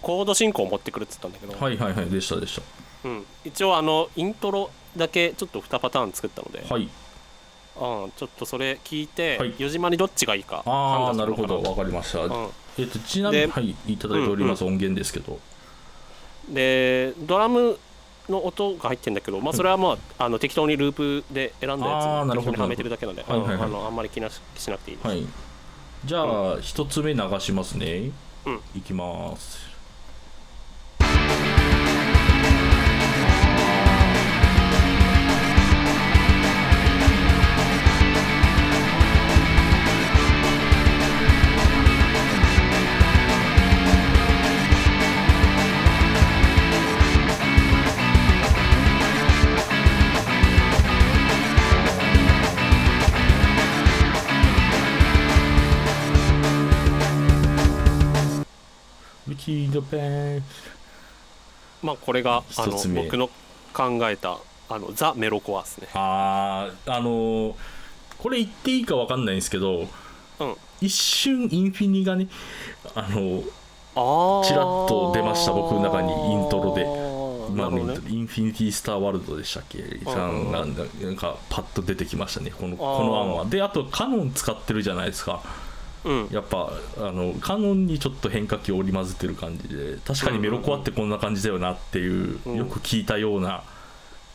[SPEAKER 1] コード進行を持ってくるって言ったんだけど、
[SPEAKER 2] はいはいはい、でしたでし
[SPEAKER 1] うん、一応あのイントロだけちょっと2パターン作ったので、
[SPEAKER 2] た。はい、
[SPEAKER 1] うん、ちょっとそれ聞いて、
[SPEAKER 2] はい
[SPEAKER 1] 四時まにどっちがいいか判
[SPEAKER 2] ああ、
[SPEAKER 1] 断す
[SPEAKER 2] なる
[SPEAKER 1] のか
[SPEAKER 2] ほど、わかりました。えっ、と、ちなみに、
[SPEAKER 1] で
[SPEAKER 2] はい、いただいております、音源ですけど。
[SPEAKER 1] うん、でドラムの音が入ってるんだけど、まあ、それはまああの適当にループで選んだやつ
[SPEAKER 2] あーなる
[SPEAKER 1] 適
[SPEAKER 2] ほ
[SPEAKER 1] 当
[SPEAKER 2] ど
[SPEAKER 1] にはめてるだけなんで、
[SPEAKER 2] はいはいはい
[SPEAKER 1] うんあのあんまり気なししなくていいです。
[SPEAKER 2] はい。じゃあ、一、つ目流しますね。
[SPEAKER 1] うん
[SPEAKER 2] いきます。ウィキードペン。
[SPEAKER 1] まあ、これがあの
[SPEAKER 2] 一つ目
[SPEAKER 1] 僕の考えたあのザ・メロコアですね。
[SPEAKER 2] あーあのーこれ言っていいかわかんないんですけ
[SPEAKER 1] う
[SPEAKER 2] ど
[SPEAKER 1] ん
[SPEAKER 2] 一瞬インフィニがねあのー
[SPEAKER 1] あ
[SPEAKER 2] ちらっと出ました僕の中にイントロで
[SPEAKER 1] で
[SPEAKER 2] ま
[SPEAKER 1] な
[SPEAKER 2] あ
[SPEAKER 1] るほどね
[SPEAKER 2] インフィニティ・スター・ワールドでしたっけさんなんだなんかパッと出てきましたねこのこの案はであとカノン使ってるじゃないですか
[SPEAKER 1] うん
[SPEAKER 2] やっぱあのカノンにちょっと変化球を織り交ぜてる感じで確かにメロコアってこんな感じだよなっていう、
[SPEAKER 1] うん
[SPEAKER 2] よく聞いたような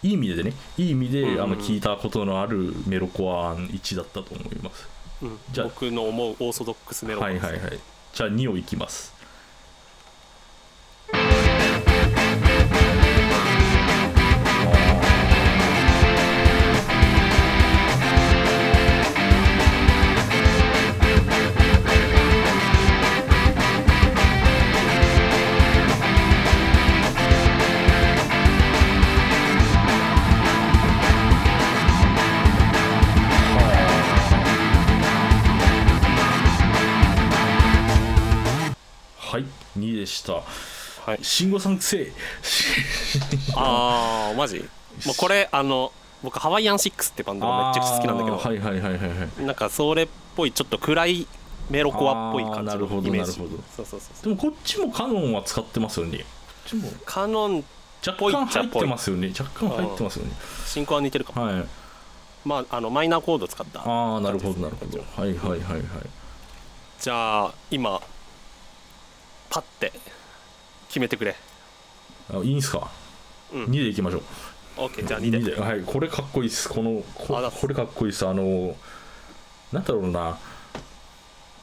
[SPEAKER 2] いい意味でねいい意味で、
[SPEAKER 1] うん
[SPEAKER 2] あの聞いたことのあるメロコア案1だったと思います
[SPEAKER 1] うん
[SPEAKER 2] じゃあ
[SPEAKER 1] 僕の思うオーソドックスメロコア
[SPEAKER 2] はい
[SPEAKER 1] です
[SPEAKER 2] はいはいじゃあ2をいきますはい2でした
[SPEAKER 1] はい
[SPEAKER 2] 慎吾さんくせえ
[SPEAKER 1] ああマジもうこれあの僕ハワイアンシックスってバンドがめっちゃくちゃ好きなんだけど、
[SPEAKER 2] あーはいはいはいはいはい
[SPEAKER 1] なんかそれっぽいちょっと暗いメロコアっぽい感
[SPEAKER 2] あーな
[SPEAKER 1] じ
[SPEAKER 2] るほ
[SPEAKER 1] の
[SPEAKER 2] ど
[SPEAKER 1] イメージ
[SPEAKER 2] なるほど
[SPEAKER 1] そうそうそうそう
[SPEAKER 2] でもこっちもカノンは使ってますよねこっちも
[SPEAKER 1] カノン
[SPEAKER 2] 若干入ってますよね若干入ってますよね
[SPEAKER 1] 進行は似てるかも、
[SPEAKER 2] はい
[SPEAKER 1] まああのマイナーコード使った
[SPEAKER 2] ああなるほどなるほどはいはいはいはい
[SPEAKER 1] じゃあ今パッて決めてくれ
[SPEAKER 2] あいいんすか、
[SPEAKER 1] うん
[SPEAKER 2] 2でいきましょう
[SPEAKER 1] OK じゃあ2で
[SPEAKER 2] 二はいこれかっこいいっすこのこ
[SPEAKER 1] あだっす
[SPEAKER 2] これかっこいいっすあのなんだろうな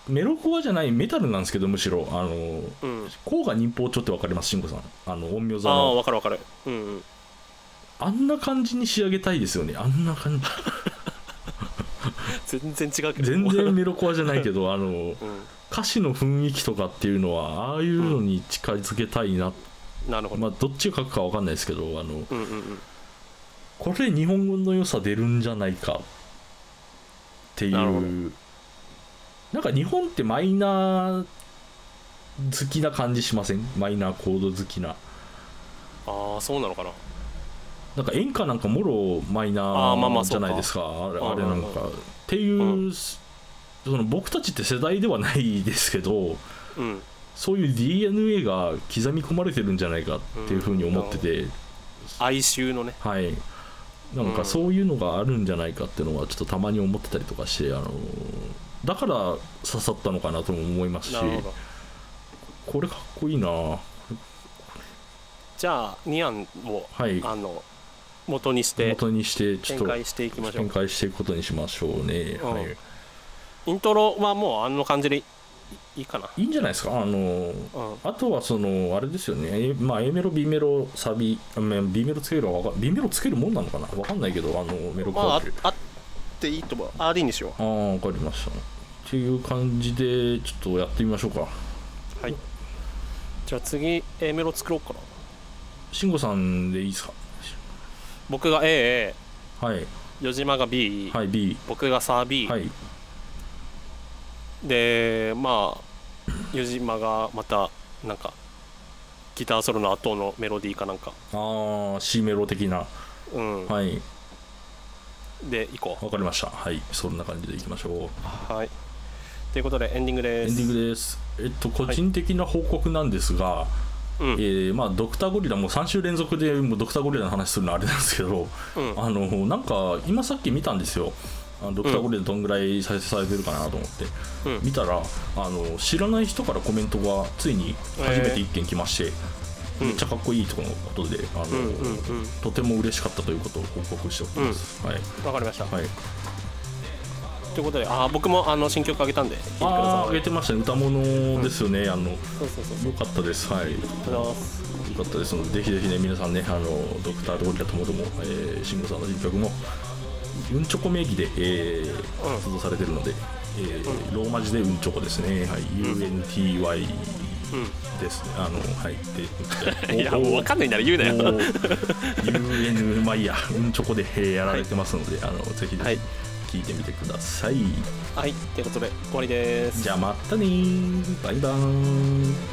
[SPEAKER 2] メロコアじゃないメタルなんですけどむしろあの
[SPEAKER 1] うん
[SPEAKER 2] 甲賀忍法帳ってわかります慎吾さんあの陰陽座
[SPEAKER 1] ああ
[SPEAKER 2] の
[SPEAKER 1] 分かる分かるうんうん
[SPEAKER 2] あんな感じに仕上げたいですよねあんな感じ
[SPEAKER 1] 全然違うけど
[SPEAKER 2] 全然メロコアじゃないけどあの
[SPEAKER 1] う
[SPEAKER 2] 歌詞の雰囲気とかっていうのはああいうのに近づけたいな、
[SPEAKER 1] んなるほど、
[SPEAKER 2] まあどっちが書くかわかんないですけどあの
[SPEAKER 1] うんうんうん
[SPEAKER 2] これ日本語の良さ出るんじゃないかっていう
[SPEAKER 1] な
[SPEAKER 2] な
[SPEAKER 1] るほど
[SPEAKER 2] んか日本ってマイナー好きな感じしませんマイナーコード好きな
[SPEAKER 1] ああそうなのかな
[SPEAKER 2] なんか演歌なんかもろマイナ
[SPEAKER 1] あーまあま
[SPEAKER 2] ー
[SPEAKER 1] あ
[SPEAKER 2] じ
[SPEAKER 1] そ
[SPEAKER 2] ゃ
[SPEAKER 1] うか
[SPEAKER 2] ないですかあれ
[SPEAKER 1] うんうん
[SPEAKER 2] あれなんかっていう、その僕たちって世代ではないですけど
[SPEAKER 1] うん
[SPEAKER 2] そういう DNA が刻み込まれてるんじゃないかっていうふうに思ってて、
[SPEAKER 1] 哀愁のね
[SPEAKER 2] はいなん
[SPEAKER 1] う
[SPEAKER 2] か
[SPEAKER 1] ん
[SPEAKER 2] そういうのがあるんじゃないかっていうのはちょっとたまに思ってたりとかしてあのだから刺さったのかなとも思いますし
[SPEAKER 1] なるほど
[SPEAKER 2] これかっこいいなは
[SPEAKER 1] じゃあニアンを
[SPEAKER 2] い
[SPEAKER 1] あの元にして
[SPEAKER 2] 元にしてちょ
[SPEAKER 1] 展
[SPEAKER 2] っと
[SPEAKER 1] 開していきましょ
[SPEAKER 2] 展
[SPEAKER 1] う
[SPEAKER 2] 開していくことにしましょうね、
[SPEAKER 1] うん
[SPEAKER 2] はい、
[SPEAKER 1] イントロはもうあの感じでいいいかない
[SPEAKER 2] いんじゃないですかあの
[SPEAKER 1] うん
[SPEAKER 2] あとはそのあれですよね、A, まあ、A メロ B メロサビあまあ B メロつけるのはわか B メロつけるもんなのかなわかんないけどあのメロ
[SPEAKER 1] まあ
[SPEAKER 2] コ
[SPEAKER 1] あ
[SPEAKER 2] ール
[SPEAKER 1] あっていいと思うありにしよ
[SPEAKER 2] ああ分かりましたっていう感じでちょっとやってみましょうか
[SPEAKER 1] うはいじゃあ次 A メロ作ろうかな
[SPEAKER 2] 慎吾さんでいいですか
[SPEAKER 1] 僕が A
[SPEAKER 2] はい
[SPEAKER 1] 余島が B、
[SPEAKER 2] はい B
[SPEAKER 1] 僕がサー B、
[SPEAKER 2] はい
[SPEAKER 1] でまあ余島がまたなんかギターソロの後のメロディーかなんか
[SPEAKER 2] ああ C メロ的な
[SPEAKER 1] うん、
[SPEAKER 2] はい
[SPEAKER 1] で行こ
[SPEAKER 2] わかりましたはいそんな感じでいきましょう
[SPEAKER 1] うはいということでエンディング
[SPEAKER 2] エ
[SPEAKER 1] で
[SPEAKER 2] ン
[SPEAKER 1] す
[SPEAKER 2] ディングですえっと個人的な報告なんですが、
[SPEAKER 1] うん
[SPEAKER 2] えーまあドクターゴリラもう3週連続でもうドクターゴリラの話するのはあれなんですけど
[SPEAKER 1] うん
[SPEAKER 2] あのなんか今さっき見たんですよあのドクターゴリラどんぐらい再生されてるかなと思って、
[SPEAKER 1] うん
[SPEAKER 2] 見たらあの知らない人からコメントがついに初めて1件来まして、
[SPEAKER 1] うん
[SPEAKER 2] めっちゃかっこいいとのことであの、
[SPEAKER 1] うんうんうん
[SPEAKER 2] とても嬉しかったということを報告しておきます、はい
[SPEAKER 1] わかりました、
[SPEAKER 2] はい
[SPEAKER 1] ということであー僕もあの新曲あげたんで聴いてくだ
[SPEAKER 2] ああ
[SPEAKER 1] さ
[SPEAKER 2] 上げてましたね歌物ですよね、あのよ
[SPEAKER 1] いそうそうそう
[SPEAKER 2] かったですは
[SPEAKER 1] あ
[SPEAKER 2] いよ
[SPEAKER 1] りがとうございます
[SPEAKER 2] かったですのでぜひぜひね皆さんねあのドクターゴリラともども、えー、慎吾さんの新曲もうんちょこ名義で、えー
[SPEAKER 1] うん
[SPEAKER 2] 活動されてるので、えーローマ字でうんちょこですね、はい、UNTY ですねあのはいで
[SPEAKER 1] いやもう分かんないなら言うなよ
[SPEAKER 2] もう UN まあいいやうんちょこで、えーやられてますので、あのぜひぜ
[SPEAKER 1] はい
[SPEAKER 2] ひ聞いてみてください、
[SPEAKER 1] はいということで終わりです
[SPEAKER 2] じゃあまたねーバイバーイ